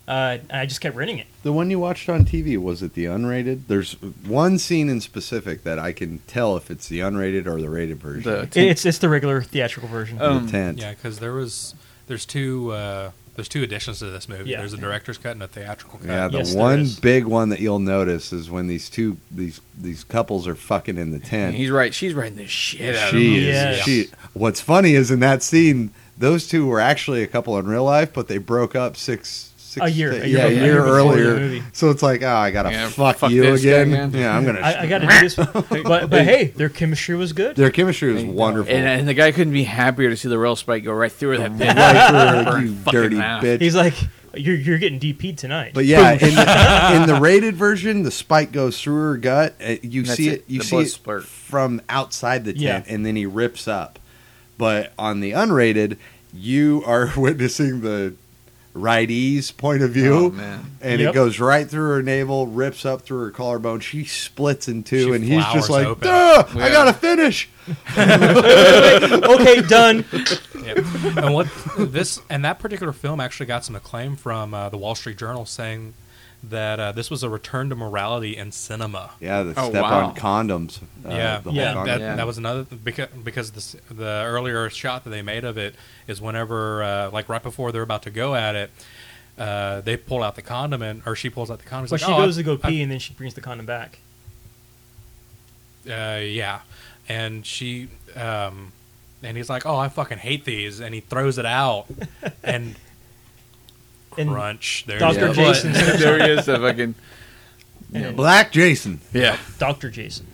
[SPEAKER 7] Uh, and I just kept renting it.
[SPEAKER 5] The one you watched on TV was it the unrated? There's one scene in specific that I can tell if it's the unrated or the rated version.
[SPEAKER 6] The
[SPEAKER 7] It- It's it's the regular theatrical version.
[SPEAKER 5] The
[SPEAKER 6] um,
[SPEAKER 5] tent.
[SPEAKER 8] Yeah, because there was there's two uh, there's two additions to this movie.
[SPEAKER 7] Yeah.
[SPEAKER 8] There's a director's cut and a theatrical cut.
[SPEAKER 5] Yeah, the
[SPEAKER 7] uh, Yes, there
[SPEAKER 5] one
[SPEAKER 7] is.
[SPEAKER 5] big one that you'll notice is when these two these these couples are fucking in the
[SPEAKER 6] and
[SPEAKER 5] tent.
[SPEAKER 6] he's right. She's writing this shit out. of
[SPEAKER 5] she is
[SPEAKER 7] Yes.
[SPEAKER 5] she. What's funny is in that scene, those two were actually a couple in real life, but they broke up six. six
[SPEAKER 7] A year-
[SPEAKER 5] yeah, a year
[SPEAKER 7] a year before- a year before the
[SPEAKER 5] earlier.
[SPEAKER 7] movie.
[SPEAKER 5] So it's like, oh, I gotta
[SPEAKER 6] Yeah,
[SPEAKER 5] fuck,
[SPEAKER 6] fuck
[SPEAKER 5] you
[SPEAKER 6] this guy
[SPEAKER 5] again.
[SPEAKER 6] again.
[SPEAKER 5] Yeah, I'm gonna.
[SPEAKER 7] I, I got to do this, but but hey, their chemistry was good.
[SPEAKER 5] Their chemistry was
[SPEAKER 6] it.
[SPEAKER 5] wonderful.
[SPEAKER 6] And, and the guy couldn't be happier to see the rail spike go right through that big
[SPEAKER 5] Right through her, you
[SPEAKER 6] fucking
[SPEAKER 5] dirty
[SPEAKER 6] mouth.
[SPEAKER 5] bitch.
[SPEAKER 7] He's like, you're you're getting DP'd tonight.
[SPEAKER 5] But yeah, in the, in the rated version, the spike goes through her gut. Uh, You
[SPEAKER 6] That's
[SPEAKER 5] see
[SPEAKER 6] it.
[SPEAKER 5] it. You
[SPEAKER 6] The
[SPEAKER 5] see
[SPEAKER 6] blood
[SPEAKER 5] it
[SPEAKER 6] splurt.
[SPEAKER 5] from outside the
[SPEAKER 7] Yeah.
[SPEAKER 5] tent, and then he rips up. But on the unrated, you are witnessing the righties point of view,
[SPEAKER 6] Oh, man.
[SPEAKER 5] and it
[SPEAKER 7] Yep.
[SPEAKER 5] goes right through her navel, rips up through her collarbone. She splits in two,
[SPEAKER 8] She
[SPEAKER 5] and he's just
[SPEAKER 8] flowers
[SPEAKER 5] like,
[SPEAKER 8] open.
[SPEAKER 5] "Duh, I
[SPEAKER 6] Yeah.
[SPEAKER 5] gotta finish."
[SPEAKER 7] okay, done.
[SPEAKER 8] Yeah. and what this and that particular film actually got some acclaim from uh, the Wall Street Journal saying that uh, this was a return to morality in cinema.
[SPEAKER 5] Yeah, the
[SPEAKER 6] Oh,
[SPEAKER 5] step
[SPEAKER 6] wow.
[SPEAKER 5] on condoms. uh,
[SPEAKER 8] yeah,
[SPEAKER 5] the whole
[SPEAKER 8] yeah,
[SPEAKER 5] condom.
[SPEAKER 8] that,
[SPEAKER 6] Yeah.
[SPEAKER 8] that was another because because the, the earlier shot that they made of it is whenever uh, like right before they're about to go at it, uh, they pull out the condom and or she pulls out the condom. It's
[SPEAKER 7] Well,
[SPEAKER 8] like,
[SPEAKER 7] she
[SPEAKER 8] "Oh, I-
[SPEAKER 7] goes to go
[SPEAKER 8] I-
[SPEAKER 7] pee, and then she brings the condom back.
[SPEAKER 8] uh, yeah, and she, um, and he's like, "Oh, I fucking hate these," and he throws it out, and
[SPEAKER 7] And
[SPEAKER 8] crunch. There's
[SPEAKER 7] Dr.
[SPEAKER 8] the
[SPEAKER 7] Jason-
[SPEAKER 6] there he is. The fucking
[SPEAKER 5] Black Jason.
[SPEAKER 6] yeah.
[SPEAKER 7] Doctor Jason,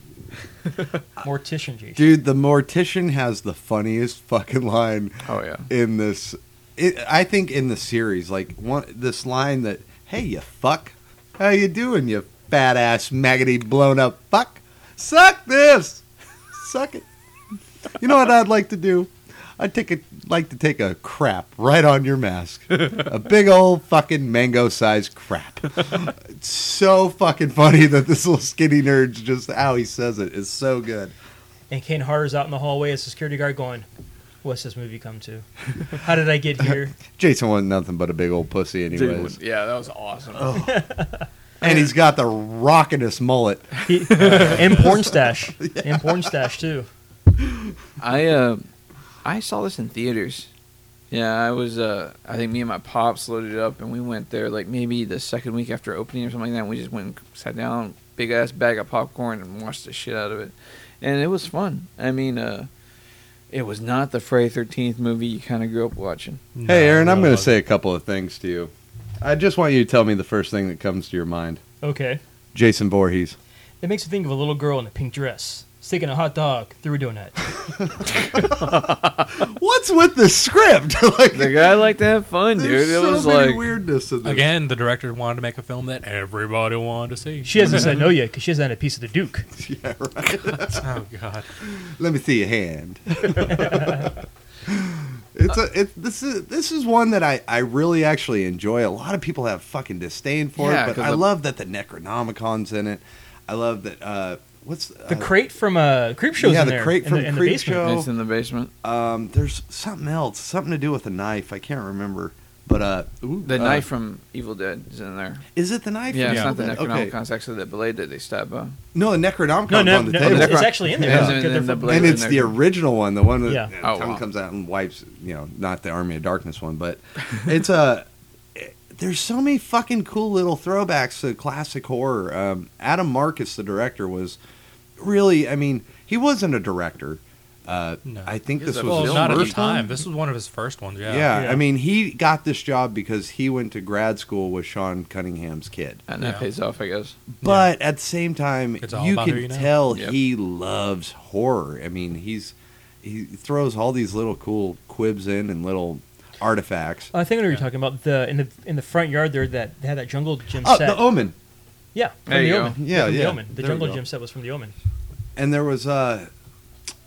[SPEAKER 7] mortician Jason.
[SPEAKER 5] Dude, the mortician has the funniest fucking line
[SPEAKER 6] Oh yeah.
[SPEAKER 5] in this. It, I think in the series, like one this line that, "Hey, you fuck, how you doing, you fat ass maggoty blown up fuck? Suck this, suck it." You know what I'd like to do? I'd take a like to take a crap right on your mask, a big old fucking mango sized crap. It's so fucking funny that this little skinny nerd just how he says it is so good.
[SPEAKER 7] And Kane Harder's out in the hallway as a security guard going, What's this movie come to? How did I get here?
[SPEAKER 5] Jason wasn't nothing but a big old pussy,
[SPEAKER 6] Dude,
[SPEAKER 5] anyways.
[SPEAKER 6] was- yeah, that was awesome.
[SPEAKER 5] and he's got the rockinest mullet.
[SPEAKER 7] He, and porn stash. And porn stash, too.
[SPEAKER 6] I uh, I saw this in theaters. Yeah, I was. Uh, I think me and my pops loaded it up, and we went there like maybe the second week after opening or something like that. And we just went and sat down, big ass bag of popcorn, and watched the shit out of it. And it was fun. I mean, uh, it was not the Friday Thirteenth movie you kind of grew up watching.
[SPEAKER 5] hey, Aaron, I'm going to
[SPEAKER 8] wasn't.
[SPEAKER 5] say a couple of things to you. I just want you to tell me the first thing that comes to your mind.
[SPEAKER 7] Okay.
[SPEAKER 5] Jason Voorhees.
[SPEAKER 7] It makes me think of a little girl in a pink dress sticking a hot dog through a donut.
[SPEAKER 5] What's with the script? like,
[SPEAKER 6] The guy liked to have fun, dude.
[SPEAKER 5] there's
[SPEAKER 6] It
[SPEAKER 5] so
[SPEAKER 6] was
[SPEAKER 5] many
[SPEAKER 6] like
[SPEAKER 5] weirdness in this.
[SPEAKER 8] Again, the director wanted to make a film that everybody wanted to see.
[SPEAKER 7] She hasn't said no yet because she hasn't had a piece of the Duke.
[SPEAKER 8] Oh God.
[SPEAKER 5] Let me see your hand. it's a it, this is this is one that I, I really actually enjoy. A lot of people have fucking disdain for
[SPEAKER 6] Yeah,
[SPEAKER 5] it, but
[SPEAKER 6] 'cause
[SPEAKER 5] I
[SPEAKER 6] the-
[SPEAKER 5] love that the Necronomicon's in it. I love that uh what's
[SPEAKER 7] The
[SPEAKER 5] uh,
[SPEAKER 7] crate from uh, Creep Show's
[SPEAKER 5] yeah,
[SPEAKER 7] in
[SPEAKER 5] the
[SPEAKER 7] there.
[SPEAKER 5] crate
[SPEAKER 7] in
[SPEAKER 5] from
[SPEAKER 7] the, in the
[SPEAKER 5] Creep
[SPEAKER 7] basement.
[SPEAKER 5] Show.
[SPEAKER 6] it's in the basement.
[SPEAKER 5] um there's something else, something to do with a knife. I can't remember. But uh ooh,
[SPEAKER 6] The
[SPEAKER 5] uh,
[SPEAKER 6] knife from Evil Dead is in there.
[SPEAKER 5] is it the knife?
[SPEAKER 6] Yeah, it's
[SPEAKER 5] Is
[SPEAKER 6] not the
[SPEAKER 5] it-
[SPEAKER 6] Necronomicon's
[SPEAKER 5] Okay.
[SPEAKER 6] actually the blade that they stab up.
[SPEAKER 5] No, the Necronomicon's
[SPEAKER 7] No, no,
[SPEAKER 5] on the
[SPEAKER 7] no,
[SPEAKER 5] table.
[SPEAKER 7] it's, it's actually in there.
[SPEAKER 5] Yeah.
[SPEAKER 7] It's
[SPEAKER 6] And
[SPEAKER 7] got
[SPEAKER 6] then the
[SPEAKER 7] different-
[SPEAKER 6] blade-
[SPEAKER 5] and
[SPEAKER 6] in
[SPEAKER 5] it's
[SPEAKER 6] there.
[SPEAKER 5] the original one, the one that
[SPEAKER 7] Yeah.
[SPEAKER 5] the
[SPEAKER 6] Oh,
[SPEAKER 5] tongue
[SPEAKER 6] wow.
[SPEAKER 5] comes out and wipes. You know, not the Army of Darkness one, but it's a. There's so many fucking cool little throwbacks to classic horror. Um, Adam Marcus, the director, was really. I mean, he wasn't a director. Uh,
[SPEAKER 8] No.
[SPEAKER 5] I think
[SPEAKER 6] He was
[SPEAKER 5] this
[SPEAKER 6] a
[SPEAKER 5] was
[SPEAKER 8] Well,
[SPEAKER 5] his
[SPEAKER 6] film
[SPEAKER 8] not at the
[SPEAKER 5] first
[SPEAKER 8] time.
[SPEAKER 5] one.
[SPEAKER 8] This was one of his first ones. Yeah.
[SPEAKER 5] Yeah,
[SPEAKER 7] Yeah.
[SPEAKER 5] I mean, he got this job because he went to grad school with Sean Cunningham's kid.
[SPEAKER 6] And that
[SPEAKER 8] Yeah.
[SPEAKER 6] pays off, I guess.
[SPEAKER 5] But at the same time,
[SPEAKER 8] It's all
[SPEAKER 5] you
[SPEAKER 8] about
[SPEAKER 5] can
[SPEAKER 8] who you know.
[SPEAKER 5] tell
[SPEAKER 6] Yep.
[SPEAKER 5] he loves horror. I mean, he's he throws all these little cool quibs in and little artifacts.
[SPEAKER 7] I think I know what you're talking about the in the in the front yard there that they had that jungle gym
[SPEAKER 5] Oh,
[SPEAKER 7] set.
[SPEAKER 5] the Omen,
[SPEAKER 7] yeah, from
[SPEAKER 6] There
[SPEAKER 7] the
[SPEAKER 6] you go.
[SPEAKER 7] Omen.
[SPEAKER 5] Yeah,
[SPEAKER 7] from
[SPEAKER 5] yeah.
[SPEAKER 7] The, Omen. the
[SPEAKER 5] There we
[SPEAKER 7] jungle
[SPEAKER 5] go.
[SPEAKER 7] gym set was from the Omen.
[SPEAKER 5] and there was uh,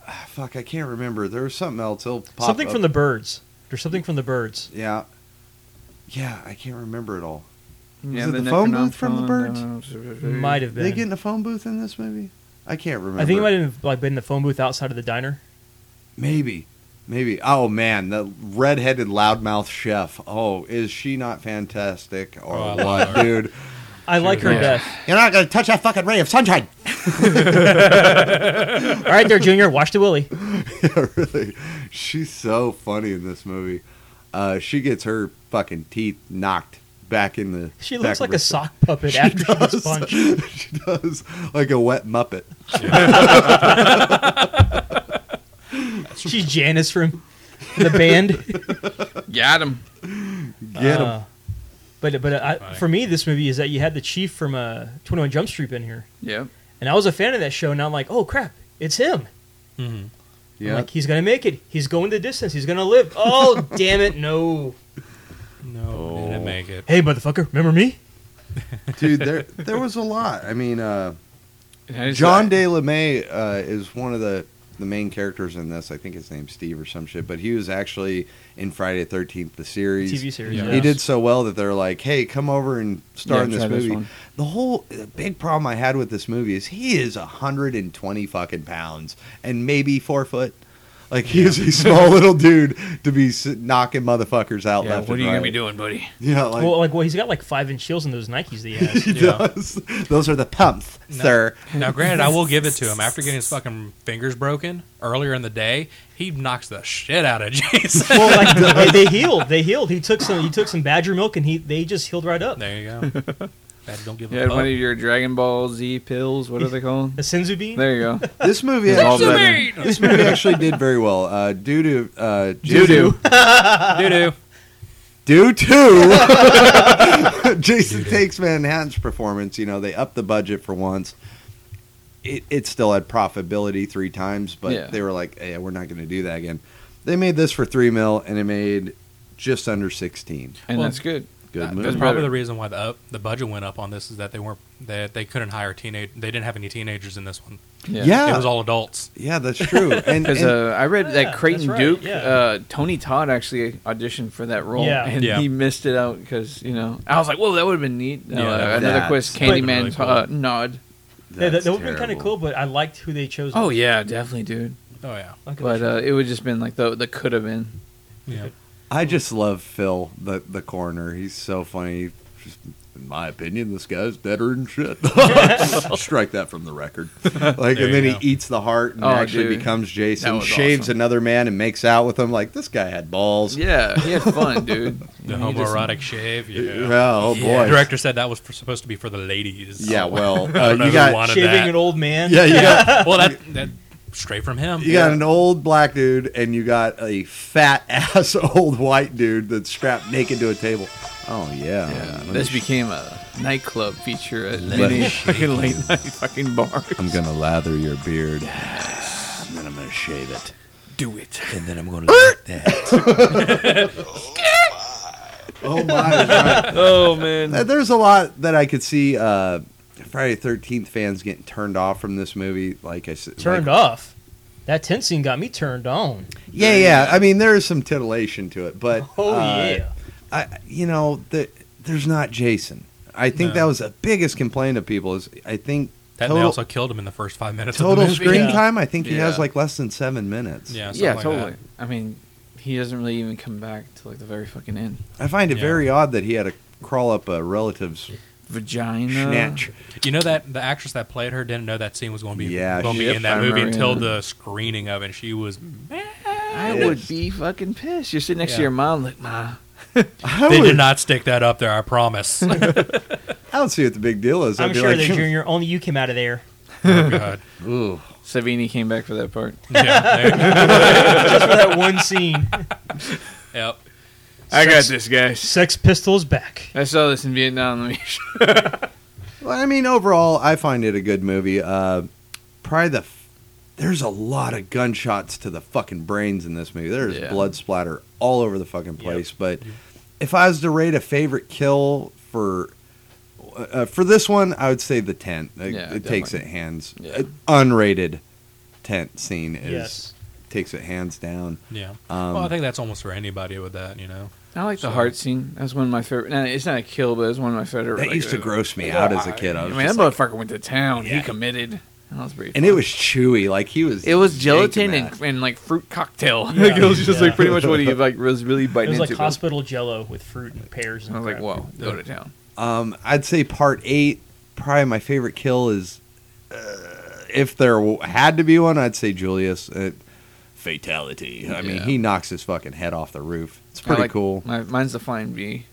[SPEAKER 5] ah, fuck, I can't remember. There was something else. It'll pop
[SPEAKER 7] something
[SPEAKER 5] up.
[SPEAKER 7] from the birds. There's something from the birds.
[SPEAKER 5] yeah, yeah. I can't remember it all.
[SPEAKER 6] Yeah,
[SPEAKER 5] it the phone booth from the
[SPEAKER 6] Necronomicon-
[SPEAKER 7] Might have
[SPEAKER 5] Did they
[SPEAKER 7] been.
[SPEAKER 5] get in a phone booth in this movie? I can't remember.
[SPEAKER 7] I think it might have like been the phone booth outside of the diner.
[SPEAKER 5] Maybe. Maybe. Oh man, the red-headed loudmouth chef. Oh, is she not fantastic or
[SPEAKER 8] Oh, I love
[SPEAKER 5] what,
[SPEAKER 8] her.
[SPEAKER 5] dude?
[SPEAKER 7] I like her
[SPEAKER 6] Yeah.
[SPEAKER 7] to death.
[SPEAKER 5] You're not gonna touch that fucking ray of sunshine.
[SPEAKER 7] All right, there, Junior. Watch the Willy.
[SPEAKER 5] yeah, really. She's so funny in this movie. Uh, she gets her fucking teeth knocked back in the.
[SPEAKER 7] She
[SPEAKER 5] back of
[SPEAKER 7] looks like
[SPEAKER 5] her-
[SPEAKER 7] a sock puppet after she gets punched.
[SPEAKER 5] she does like a wet muppet.
[SPEAKER 7] She's Janice from the band.
[SPEAKER 6] Got him.
[SPEAKER 5] Get 'em.
[SPEAKER 7] Uh, but but I, for me, this movie is that you had the chief from uh, Twenty One Jump Street in here,
[SPEAKER 6] Yeah.
[SPEAKER 7] and I was a fan of that show. And I'm like, oh crap, it's him. I'm
[SPEAKER 8] Mm-hmm.
[SPEAKER 5] yeah.
[SPEAKER 7] like he's gonna make it. He's going the distance. He's gonna live. Oh damn it, no.
[SPEAKER 8] No, didn't make it.
[SPEAKER 7] Hey motherfucker, remember me?
[SPEAKER 5] dude, there there was a lot. I mean, uh,
[SPEAKER 6] And it's
[SPEAKER 5] John
[SPEAKER 6] like-
[SPEAKER 5] De LeMay uh, is one of the the main characters in this. I think his name's Steve or some shit, but he was actually in Friday the Thirteenth, the series.
[SPEAKER 7] TV series.
[SPEAKER 8] Yeah.
[SPEAKER 7] Yeah.
[SPEAKER 5] He did so well that they're like, "Hey, come over and star
[SPEAKER 6] Yeah,
[SPEAKER 5] in this
[SPEAKER 6] try this
[SPEAKER 5] movie."
[SPEAKER 6] one.
[SPEAKER 5] the whole the big problem I had with this movie is he is hundred and twenty fucking pounds and maybe four foot. Like he is a small little dude to be s- knocking motherfuckers out
[SPEAKER 6] Yeah,
[SPEAKER 5] left
[SPEAKER 6] what are
[SPEAKER 5] and
[SPEAKER 6] you
[SPEAKER 5] right.
[SPEAKER 6] gonna be doing, buddy?
[SPEAKER 5] Yeah, like
[SPEAKER 7] well, like well, he's got like five inch heels in those Nikes that he has.
[SPEAKER 5] he does. Those are the pumps,
[SPEAKER 8] No.
[SPEAKER 5] sir.
[SPEAKER 8] Now, granted, I will give it to him. After getting his fucking fingers broken earlier in the day, he knocks the shit out of Jason.
[SPEAKER 7] well, like they, they healed. They healed. He took some. He took some badger milk, and he they just healed right up.
[SPEAKER 8] there you go. That don't give
[SPEAKER 6] You had
[SPEAKER 8] a fuck.
[SPEAKER 6] one of your Dragon Ball Z pills. What are they called?
[SPEAKER 7] The senzu bean.
[SPEAKER 6] There you go.
[SPEAKER 5] This movie
[SPEAKER 6] It's all
[SPEAKER 5] actually-
[SPEAKER 6] better.
[SPEAKER 5] this movie actually did very well. Uh, due to uh,
[SPEAKER 6] Doo doo.
[SPEAKER 8] Doo-doo.
[SPEAKER 5] due to Jason Takes Manhattan's performance, you know, they upped the budget for once. It, it still had profitability three times, but
[SPEAKER 6] Yeah.
[SPEAKER 5] they were like, "Hey, we're not going to do that again." They made this for three mil, and it made just under sixteen.
[SPEAKER 6] And
[SPEAKER 8] Well,
[SPEAKER 6] that's good.
[SPEAKER 5] Good
[SPEAKER 8] That's
[SPEAKER 5] movie.
[SPEAKER 6] prob-
[SPEAKER 8] probably
[SPEAKER 6] better.
[SPEAKER 8] the reason why the up, the budget went up on this is that they weren't that they couldn't hire teenage they didn't have any teenagers in this one.
[SPEAKER 5] Yeah.
[SPEAKER 8] It was all adults.
[SPEAKER 5] Yeah, that's true. And,
[SPEAKER 6] Because
[SPEAKER 5] and-
[SPEAKER 6] uh, I read
[SPEAKER 7] Yeah,
[SPEAKER 6] that Creighton
[SPEAKER 7] that's right,
[SPEAKER 6] Duke,
[SPEAKER 7] yeah.
[SPEAKER 6] uh, Tony Todd actually auditioned for that role,
[SPEAKER 7] Yeah.
[SPEAKER 6] and
[SPEAKER 8] Yeah.
[SPEAKER 6] he missed it out because you know I was like, "Whoa, that would have been neat."
[SPEAKER 8] Yeah,
[SPEAKER 6] Uh,
[SPEAKER 8] that-
[SPEAKER 6] another
[SPEAKER 5] that's-
[SPEAKER 6] quest,
[SPEAKER 8] that would've been
[SPEAKER 6] Candyman
[SPEAKER 8] really cool.
[SPEAKER 6] uh, nod.
[SPEAKER 7] Yeah, that
[SPEAKER 5] that's
[SPEAKER 7] that would have been kind of
[SPEAKER 5] terrible.
[SPEAKER 7] cool, but I liked who they chose.
[SPEAKER 6] Oh yeah, definitely, dude.
[SPEAKER 8] Oh yeah.
[SPEAKER 7] Like,
[SPEAKER 6] But uh, it would just been like the the could have been.
[SPEAKER 8] Yeah.
[SPEAKER 5] I just love Phil, the the coroner. He's so funny. Just, in my opinion, this guy's better than shit. Strike that from the record. Like,
[SPEAKER 8] There
[SPEAKER 5] and then
[SPEAKER 8] you
[SPEAKER 5] he
[SPEAKER 8] go.
[SPEAKER 5] eats the heart and
[SPEAKER 6] Oh,
[SPEAKER 5] actually
[SPEAKER 6] dude.
[SPEAKER 5] becomes
[SPEAKER 6] That
[SPEAKER 5] Jason.
[SPEAKER 6] was
[SPEAKER 5] Shaves
[SPEAKER 6] awesome.
[SPEAKER 5] another man and makes out with him. Like this guy had balls.
[SPEAKER 6] Yeah, he had fun, dude.
[SPEAKER 8] The
[SPEAKER 6] You know, he just-
[SPEAKER 8] homoerotic shave.
[SPEAKER 5] Yeah,
[SPEAKER 8] Yeah.
[SPEAKER 5] oh boy.
[SPEAKER 8] The director said that was for, supposed to be for the ladies.
[SPEAKER 5] Yeah, well,
[SPEAKER 8] I
[SPEAKER 5] uh,
[SPEAKER 8] don't know
[SPEAKER 5] you
[SPEAKER 8] who
[SPEAKER 5] got
[SPEAKER 8] wanted
[SPEAKER 7] shaving
[SPEAKER 8] that.
[SPEAKER 7] an old man.
[SPEAKER 5] yeah, you got
[SPEAKER 8] well, that, that straight from him.
[SPEAKER 5] you got an old black dude and you got a fat ass old white dude that's strapped naked to a table. Oh yeah,
[SPEAKER 6] Yeah,
[SPEAKER 5] Let me
[SPEAKER 6] this became a nightclub feature at
[SPEAKER 1] Let
[SPEAKER 6] any
[SPEAKER 1] me
[SPEAKER 6] fucking late night fucking bar.
[SPEAKER 10] I'm gonna lather your beard.
[SPEAKER 1] And then I'm going to shave it.
[SPEAKER 6] Do it.
[SPEAKER 1] And then I'm going to lick that.
[SPEAKER 10] Oh my!
[SPEAKER 6] Oh man.
[SPEAKER 10] Uh,
[SPEAKER 5] There's a lot that I could see uh, Friday Thirteenth fans getting turned off from this movie. Like I said,
[SPEAKER 7] Turned
[SPEAKER 5] like,
[SPEAKER 7] off. That tent scene got me turned on.
[SPEAKER 5] Yeah, yeah. I mean, there is some titillation to it, but
[SPEAKER 7] Oh
[SPEAKER 5] uh,
[SPEAKER 7] yeah.
[SPEAKER 5] I, you know, the, there's not Jason. I think
[SPEAKER 8] No.
[SPEAKER 5] that was the biggest complaint of people. Is I think
[SPEAKER 8] That they
[SPEAKER 5] total,
[SPEAKER 8] also killed him in the first five minutes of the
[SPEAKER 5] total
[SPEAKER 8] movie.
[SPEAKER 5] screen
[SPEAKER 7] Yeah.
[SPEAKER 5] time. I think he has
[SPEAKER 6] Yeah.
[SPEAKER 5] like less than seven minutes.
[SPEAKER 8] Yeah, something
[SPEAKER 6] yeah,
[SPEAKER 8] like
[SPEAKER 6] totally.
[SPEAKER 8] that.
[SPEAKER 6] I mean, he doesn't really even come back to like the very fucking end.
[SPEAKER 5] I find it
[SPEAKER 8] Yeah.
[SPEAKER 5] very odd that he had to crawl up a relative's
[SPEAKER 6] Vagina.
[SPEAKER 5] snatch.
[SPEAKER 8] You know that the actress that played her didn't know that scene was going to be
[SPEAKER 5] Yeah,
[SPEAKER 8] going to be
[SPEAKER 5] shit,
[SPEAKER 8] in
[SPEAKER 6] I
[SPEAKER 8] that movie
[SPEAKER 6] remember,
[SPEAKER 8] until
[SPEAKER 6] yeah.
[SPEAKER 8] the screening of it. She was.
[SPEAKER 6] I
[SPEAKER 5] Yes.
[SPEAKER 6] would be fucking pissed. You're sitting next to
[SPEAKER 8] Yeah.
[SPEAKER 6] your mom, like, ma.
[SPEAKER 5] I,
[SPEAKER 8] They
[SPEAKER 5] would,
[SPEAKER 8] did not stick that up there. I promise. oh,
[SPEAKER 5] I don't see what the big deal is. I'd
[SPEAKER 7] I'm
[SPEAKER 5] be
[SPEAKER 7] sure
[SPEAKER 5] like,
[SPEAKER 7] they Junior. Only you came out of there.
[SPEAKER 8] God.
[SPEAKER 5] Ooh.
[SPEAKER 6] Savini came back for that part.
[SPEAKER 8] Yeah,
[SPEAKER 7] Just for that one scene.
[SPEAKER 8] they- yep.
[SPEAKER 6] I got this, guys.
[SPEAKER 7] Sex Pistols back.
[SPEAKER 6] I saw this in Vietnam. Let me
[SPEAKER 5] Well, I mean, overall, I find it a good movie. Uh, probably the f- there's a lot of gunshots to the fucking brains in this movie. There's
[SPEAKER 6] Yeah.
[SPEAKER 5] blood splatter all over the fucking place. But if I was to rate a favorite kill for uh, for this one, I would say the tent. It,
[SPEAKER 6] Yeah,
[SPEAKER 5] it takes it
[SPEAKER 6] definitely.
[SPEAKER 5] hands
[SPEAKER 6] Yeah.
[SPEAKER 5] uh, unrated tent scene is
[SPEAKER 7] Yes.
[SPEAKER 5] takes it hands down. Um,
[SPEAKER 8] Yeah. well, I think that's almost for anybody with that. You know.
[SPEAKER 6] I like the heart scene. That was one of my favorite. Nah, it's not a kill, but it was one of my favorite.
[SPEAKER 5] That
[SPEAKER 6] like,
[SPEAKER 5] used to
[SPEAKER 6] uh,
[SPEAKER 5] gross me out as a kid. I
[SPEAKER 6] I
[SPEAKER 5] was
[SPEAKER 6] mean, that
[SPEAKER 5] just like-
[SPEAKER 6] motherfucker went to town. He
[SPEAKER 5] Yeah.
[SPEAKER 6] committed. That was pretty.
[SPEAKER 5] and
[SPEAKER 6] fun.
[SPEAKER 5] it was chewy. Like he was.
[SPEAKER 6] It was
[SPEAKER 5] yanking
[SPEAKER 6] gelatin
[SPEAKER 5] that.
[SPEAKER 6] and, and like fruit cocktail.
[SPEAKER 7] Yeah.
[SPEAKER 6] Like, it was just
[SPEAKER 7] Yeah.
[SPEAKER 6] like pretty much what he like was really
[SPEAKER 7] It
[SPEAKER 6] biting
[SPEAKER 7] was like
[SPEAKER 6] into.
[SPEAKER 7] hospital jello with fruit and pears. And
[SPEAKER 6] I was like,
[SPEAKER 7] crap.
[SPEAKER 6] whoa, go to town.
[SPEAKER 5] Um, I'd say part eight. Probably my favorite kill is, uh, if there w- had to be one, I'd say Julius. Uh, fatality. I mean,
[SPEAKER 6] Yeah.
[SPEAKER 5] he knocks his fucking head off the roof. It's pretty
[SPEAKER 6] I like-
[SPEAKER 5] cool.
[SPEAKER 6] My, mine's the flying bee.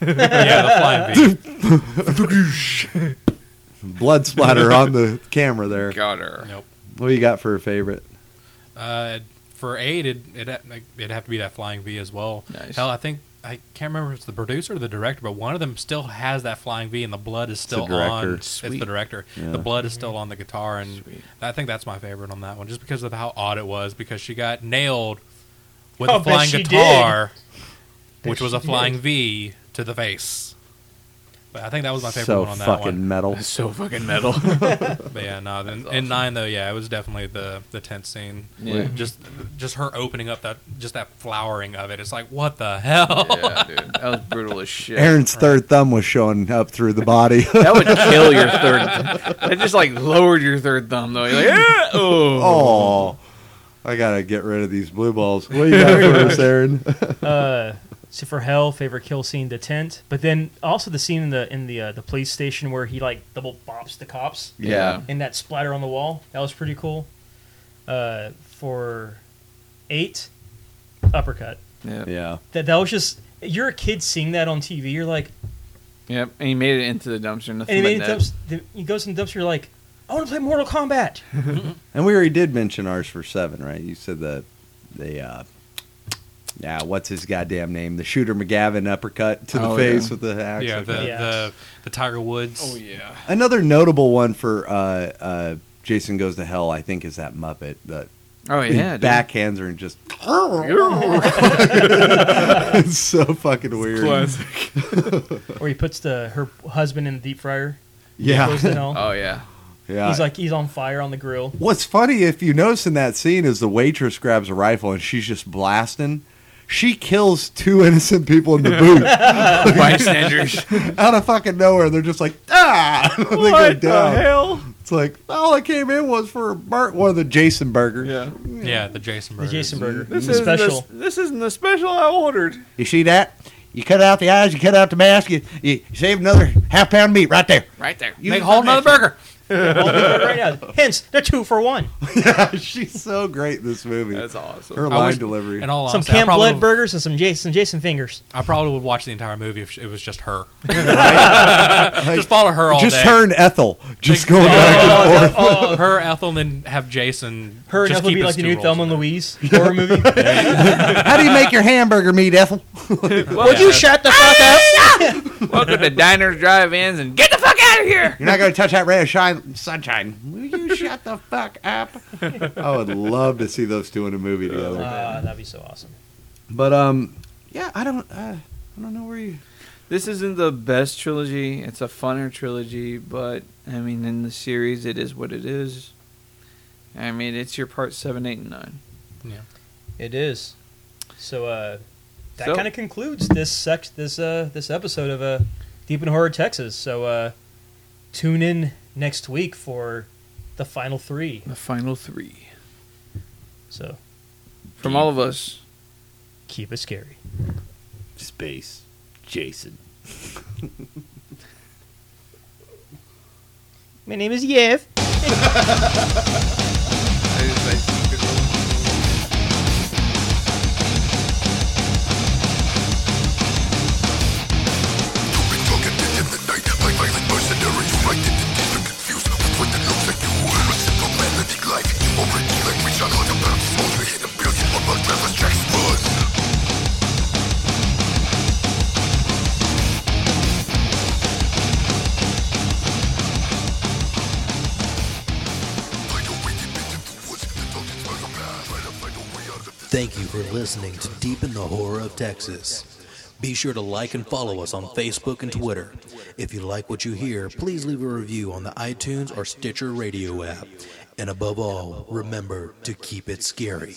[SPEAKER 8] Yeah, the flying bee.
[SPEAKER 5] Blood splatter on the camera there.
[SPEAKER 6] Got her.
[SPEAKER 8] Nope.
[SPEAKER 5] What do you got for a favorite?
[SPEAKER 8] Uh, for eight, it it it'd have to be that flying V as well.
[SPEAKER 6] Nice.
[SPEAKER 8] Hell, I think I can't remember if it's the producer or the director, but one of them still has that flying V, and the blood is
[SPEAKER 5] the
[SPEAKER 8] still
[SPEAKER 5] director.
[SPEAKER 8] on. It's
[SPEAKER 6] Sweet.
[SPEAKER 8] the director.
[SPEAKER 5] Yeah.
[SPEAKER 8] The blood is
[SPEAKER 7] Mm-hmm.
[SPEAKER 8] still on the guitar, and
[SPEAKER 6] Sweet.
[SPEAKER 8] I think that's my favorite on that one, just because of how odd it was. Because she got nailed with
[SPEAKER 7] I'll
[SPEAKER 8] a
[SPEAKER 7] Oh, bet
[SPEAKER 8] flying
[SPEAKER 7] she
[SPEAKER 8] guitar,
[SPEAKER 7] Bet
[SPEAKER 8] which was
[SPEAKER 7] she
[SPEAKER 8] a flying
[SPEAKER 7] did.
[SPEAKER 8] V to the face. But I think that was my favorite
[SPEAKER 5] so
[SPEAKER 8] one on that
[SPEAKER 5] fucking
[SPEAKER 8] one.
[SPEAKER 5] metal.
[SPEAKER 6] That's so fucking metal.
[SPEAKER 8] But yeah, no. Then, In nine though, yeah, it was definitely the the tenth scene.
[SPEAKER 6] Yeah.
[SPEAKER 8] Just just her opening up that just that flowering of it. It's like what the hell?
[SPEAKER 6] yeah, dude. That was brutal as shit.
[SPEAKER 5] Aaron's third thumb was showing up through the body.
[SPEAKER 6] That would kill your third. That just like lowered your third thumb though. You're like, "Ah, oh.
[SPEAKER 5] oh, I gotta get rid of these blue balls. What do you got for us, Aaron?
[SPEAKER 7] uh, so for hell, favorite kill scene, the tent. But then also the scene in the in the uh, the police station where he like double bops the cops
[SPEAKER 5] Yeah.
[SPEAKER 7] and that splatter on the wall. That was pretty cool. Uh, for eight, uppercut.
[SPEAKER 6] Yeah.
[SPEAKER 5] Yeah.
[SPEAKER 7] That that was just you're a kid seeing that on TV. You're like,
[SPEAKER 6] Yep. And he made it into the dumpster. Nothing
[SPEAKER 7] and he,
[SPEAKER 6] but
[SPEAKER 7] made
[SPEAKER 6] net.
[SPEAKER 7] it dumps, the, he goes in the dumpster. You're like, I want to play Mortal Kombat.
[SPEAKER 5] And we already did mention ours for seven, right? You said the the uh yeah, what's his goddamn name? The shooter McGavin uppercut to the
[SPEAKER 6] Oh,
[SPEAKER 5] face
[SPEAKER 6] yeah.
[SPEAKER 5] with the axe.
[SPEAKER 8] Yeah, the,
[SPEAKER 7] Yeah.
[SPEAKER 8] the the Tiger Woods.
[SPEAKER 6] Oh yeah.
[SPEAKER 5] Another notable one for uh, uh, Jason Goes to Hell, I think, is that Muppet that
[SPEAKER 6] Oh yeah.
[SPEAKER 5] he
[SPEAKER 6] dude.
[SPEAKER 5] backhands her and just it's so fucking weird.
[SPEAKER 7] Where he puts the her husband in the deep fryer.
[SPEAKER 5] Yeah,
[SPEAKER 7] Goes to hell.
[SPEAKER 6] Oh yeah.
[SPEAKER 5] yeah.
[SPEAKER 7] He's like he's on fire on the grill.
[SPEAKER 5] What's funny, if you notice in that scene, is the waitress grabs a rifle and she's just blasting. She kills two innocent people in the booth.
[SPEAKER 6] Bystanders.
[SPEAKER 5] out of fucking nowhere. They're just like, ah, they go down.
[SPEAKER 6] hell?
[SPEAKER 5] It's like all I came in was for a bur- one of the Jason burgers.
[SPEAKER 6] Yeah.
[SPEAKER 8] Yeah, the Jason
[SPEAKER 7] The
[SPEAKER 8] Burgers.
[SPEAKER 7] Jason Burger.
[SPEAKER 6] This
[SPEAKER 7] The
[SPEAKER 6] isn't
[SPEAKER 7] special.
[SPEAKER 6] The, this isn't the special I ordered.
[SPEAKER 5] You see that? You cut out the eyes, you cut out the mask, you, you save another half pound of meat right there.
[SPEAKER 6] Right there.
[SPEAKER 5] You
[SPEAKER 8] Make a whole nother burger.
[SPEAKER 7] They're all doing it right now. Hence, the two for one.
[SPEAKER 5] She's so great in this movie.
[SPEAKER 6] That's awesome.
[SPEAKER 5] Her
[SPEAKER 8] I
[SPEAKER 5] line
[SPEAKER 8] wish-
[SPEAKER 5] delivery.
[SPEAKER 8] In all
[SPEAKER 7] Some
[SPEAKER 8] honesty, I
[SPEAKER 7] Camp
[SPEAKER 8] probably
[SPEAKER 7] Blood burgers and some Jason Jason fingers.
[SPEAKER 8] I probably would watch the entire movie if it was just her. just follow her all
[SPEAKER 5] Just
[SPEAKER 8] day.
[SPEAKER 5] her and Ethel. Just
[SPEAKER 8] Like-
[SPEAKER 5] going back.
[SPEAKER 8] oh, oh, her, Ethel, and then have Jason.
[SPEAKER 7] Her and
[SPEAKER 8] just
[SPEAKER 7] Ethel
[SPEAKER 8] keep
[SPEAKER 7] be
[SPEAKER 8] his
[SPEAKER 7] like the
[SPEAKER 8] two
[SPEAKER 7] new
[SPEAKER 8] roles
[SPEAKER 7] Thelma
[SPEAKER 8] in
[SPEAKER 7] and
[SPEAKER 8] there.
[SPEAKER 7] Louise horror movie.
[SPEAKER 5] How do you make your hamburger meat, Ethel?
[SPEAKER 7] Would you shut the fuck up?
[SPEAKER 6] Welcome to Diners, Drive-Ins, and get the fuck out of here.
[SPEAKER 5] You're not going to touch that ray of shine, sunshine. Will you shut the fuck up? I would love to see those two in a movie together.
[SPEAKER 7] Ah, that'd be so awesome.
[SPEAKER 5] But um, yeah, I don't, uh, I don't know where you.
[SPEAKER 6] This isn't the best trilogy. It's a funner trilogy, but I mean, in the series, it is what it is. I mean, it's your part seven, eight, and nine.
[SPEAKER 7] It is. So uh, that
[SPEAKER 6] So-
[SPEAKER 7] kind of concludes this sec- this uh, this episode of uh, Deep in Horror Texas. So uh, tune in next week for the final three.
[SPEAKER 6] The final three
[SPEAKER 7] So
[SPEAKER 6] from all of us.
[SPEAKER 7] keep it scary.
[SPEAKER 5] Space, Jason.
[SPEAKER 7] My name is Yev.
[SPEAKER 1] Thank you for listening to Deep in the Horror of Texas. Be sure to like and follow us on Facebook and Twitter. If you like what you hear, please leave a review on the iTunes or Stitcher radio app. And above all, remember to keep it scary.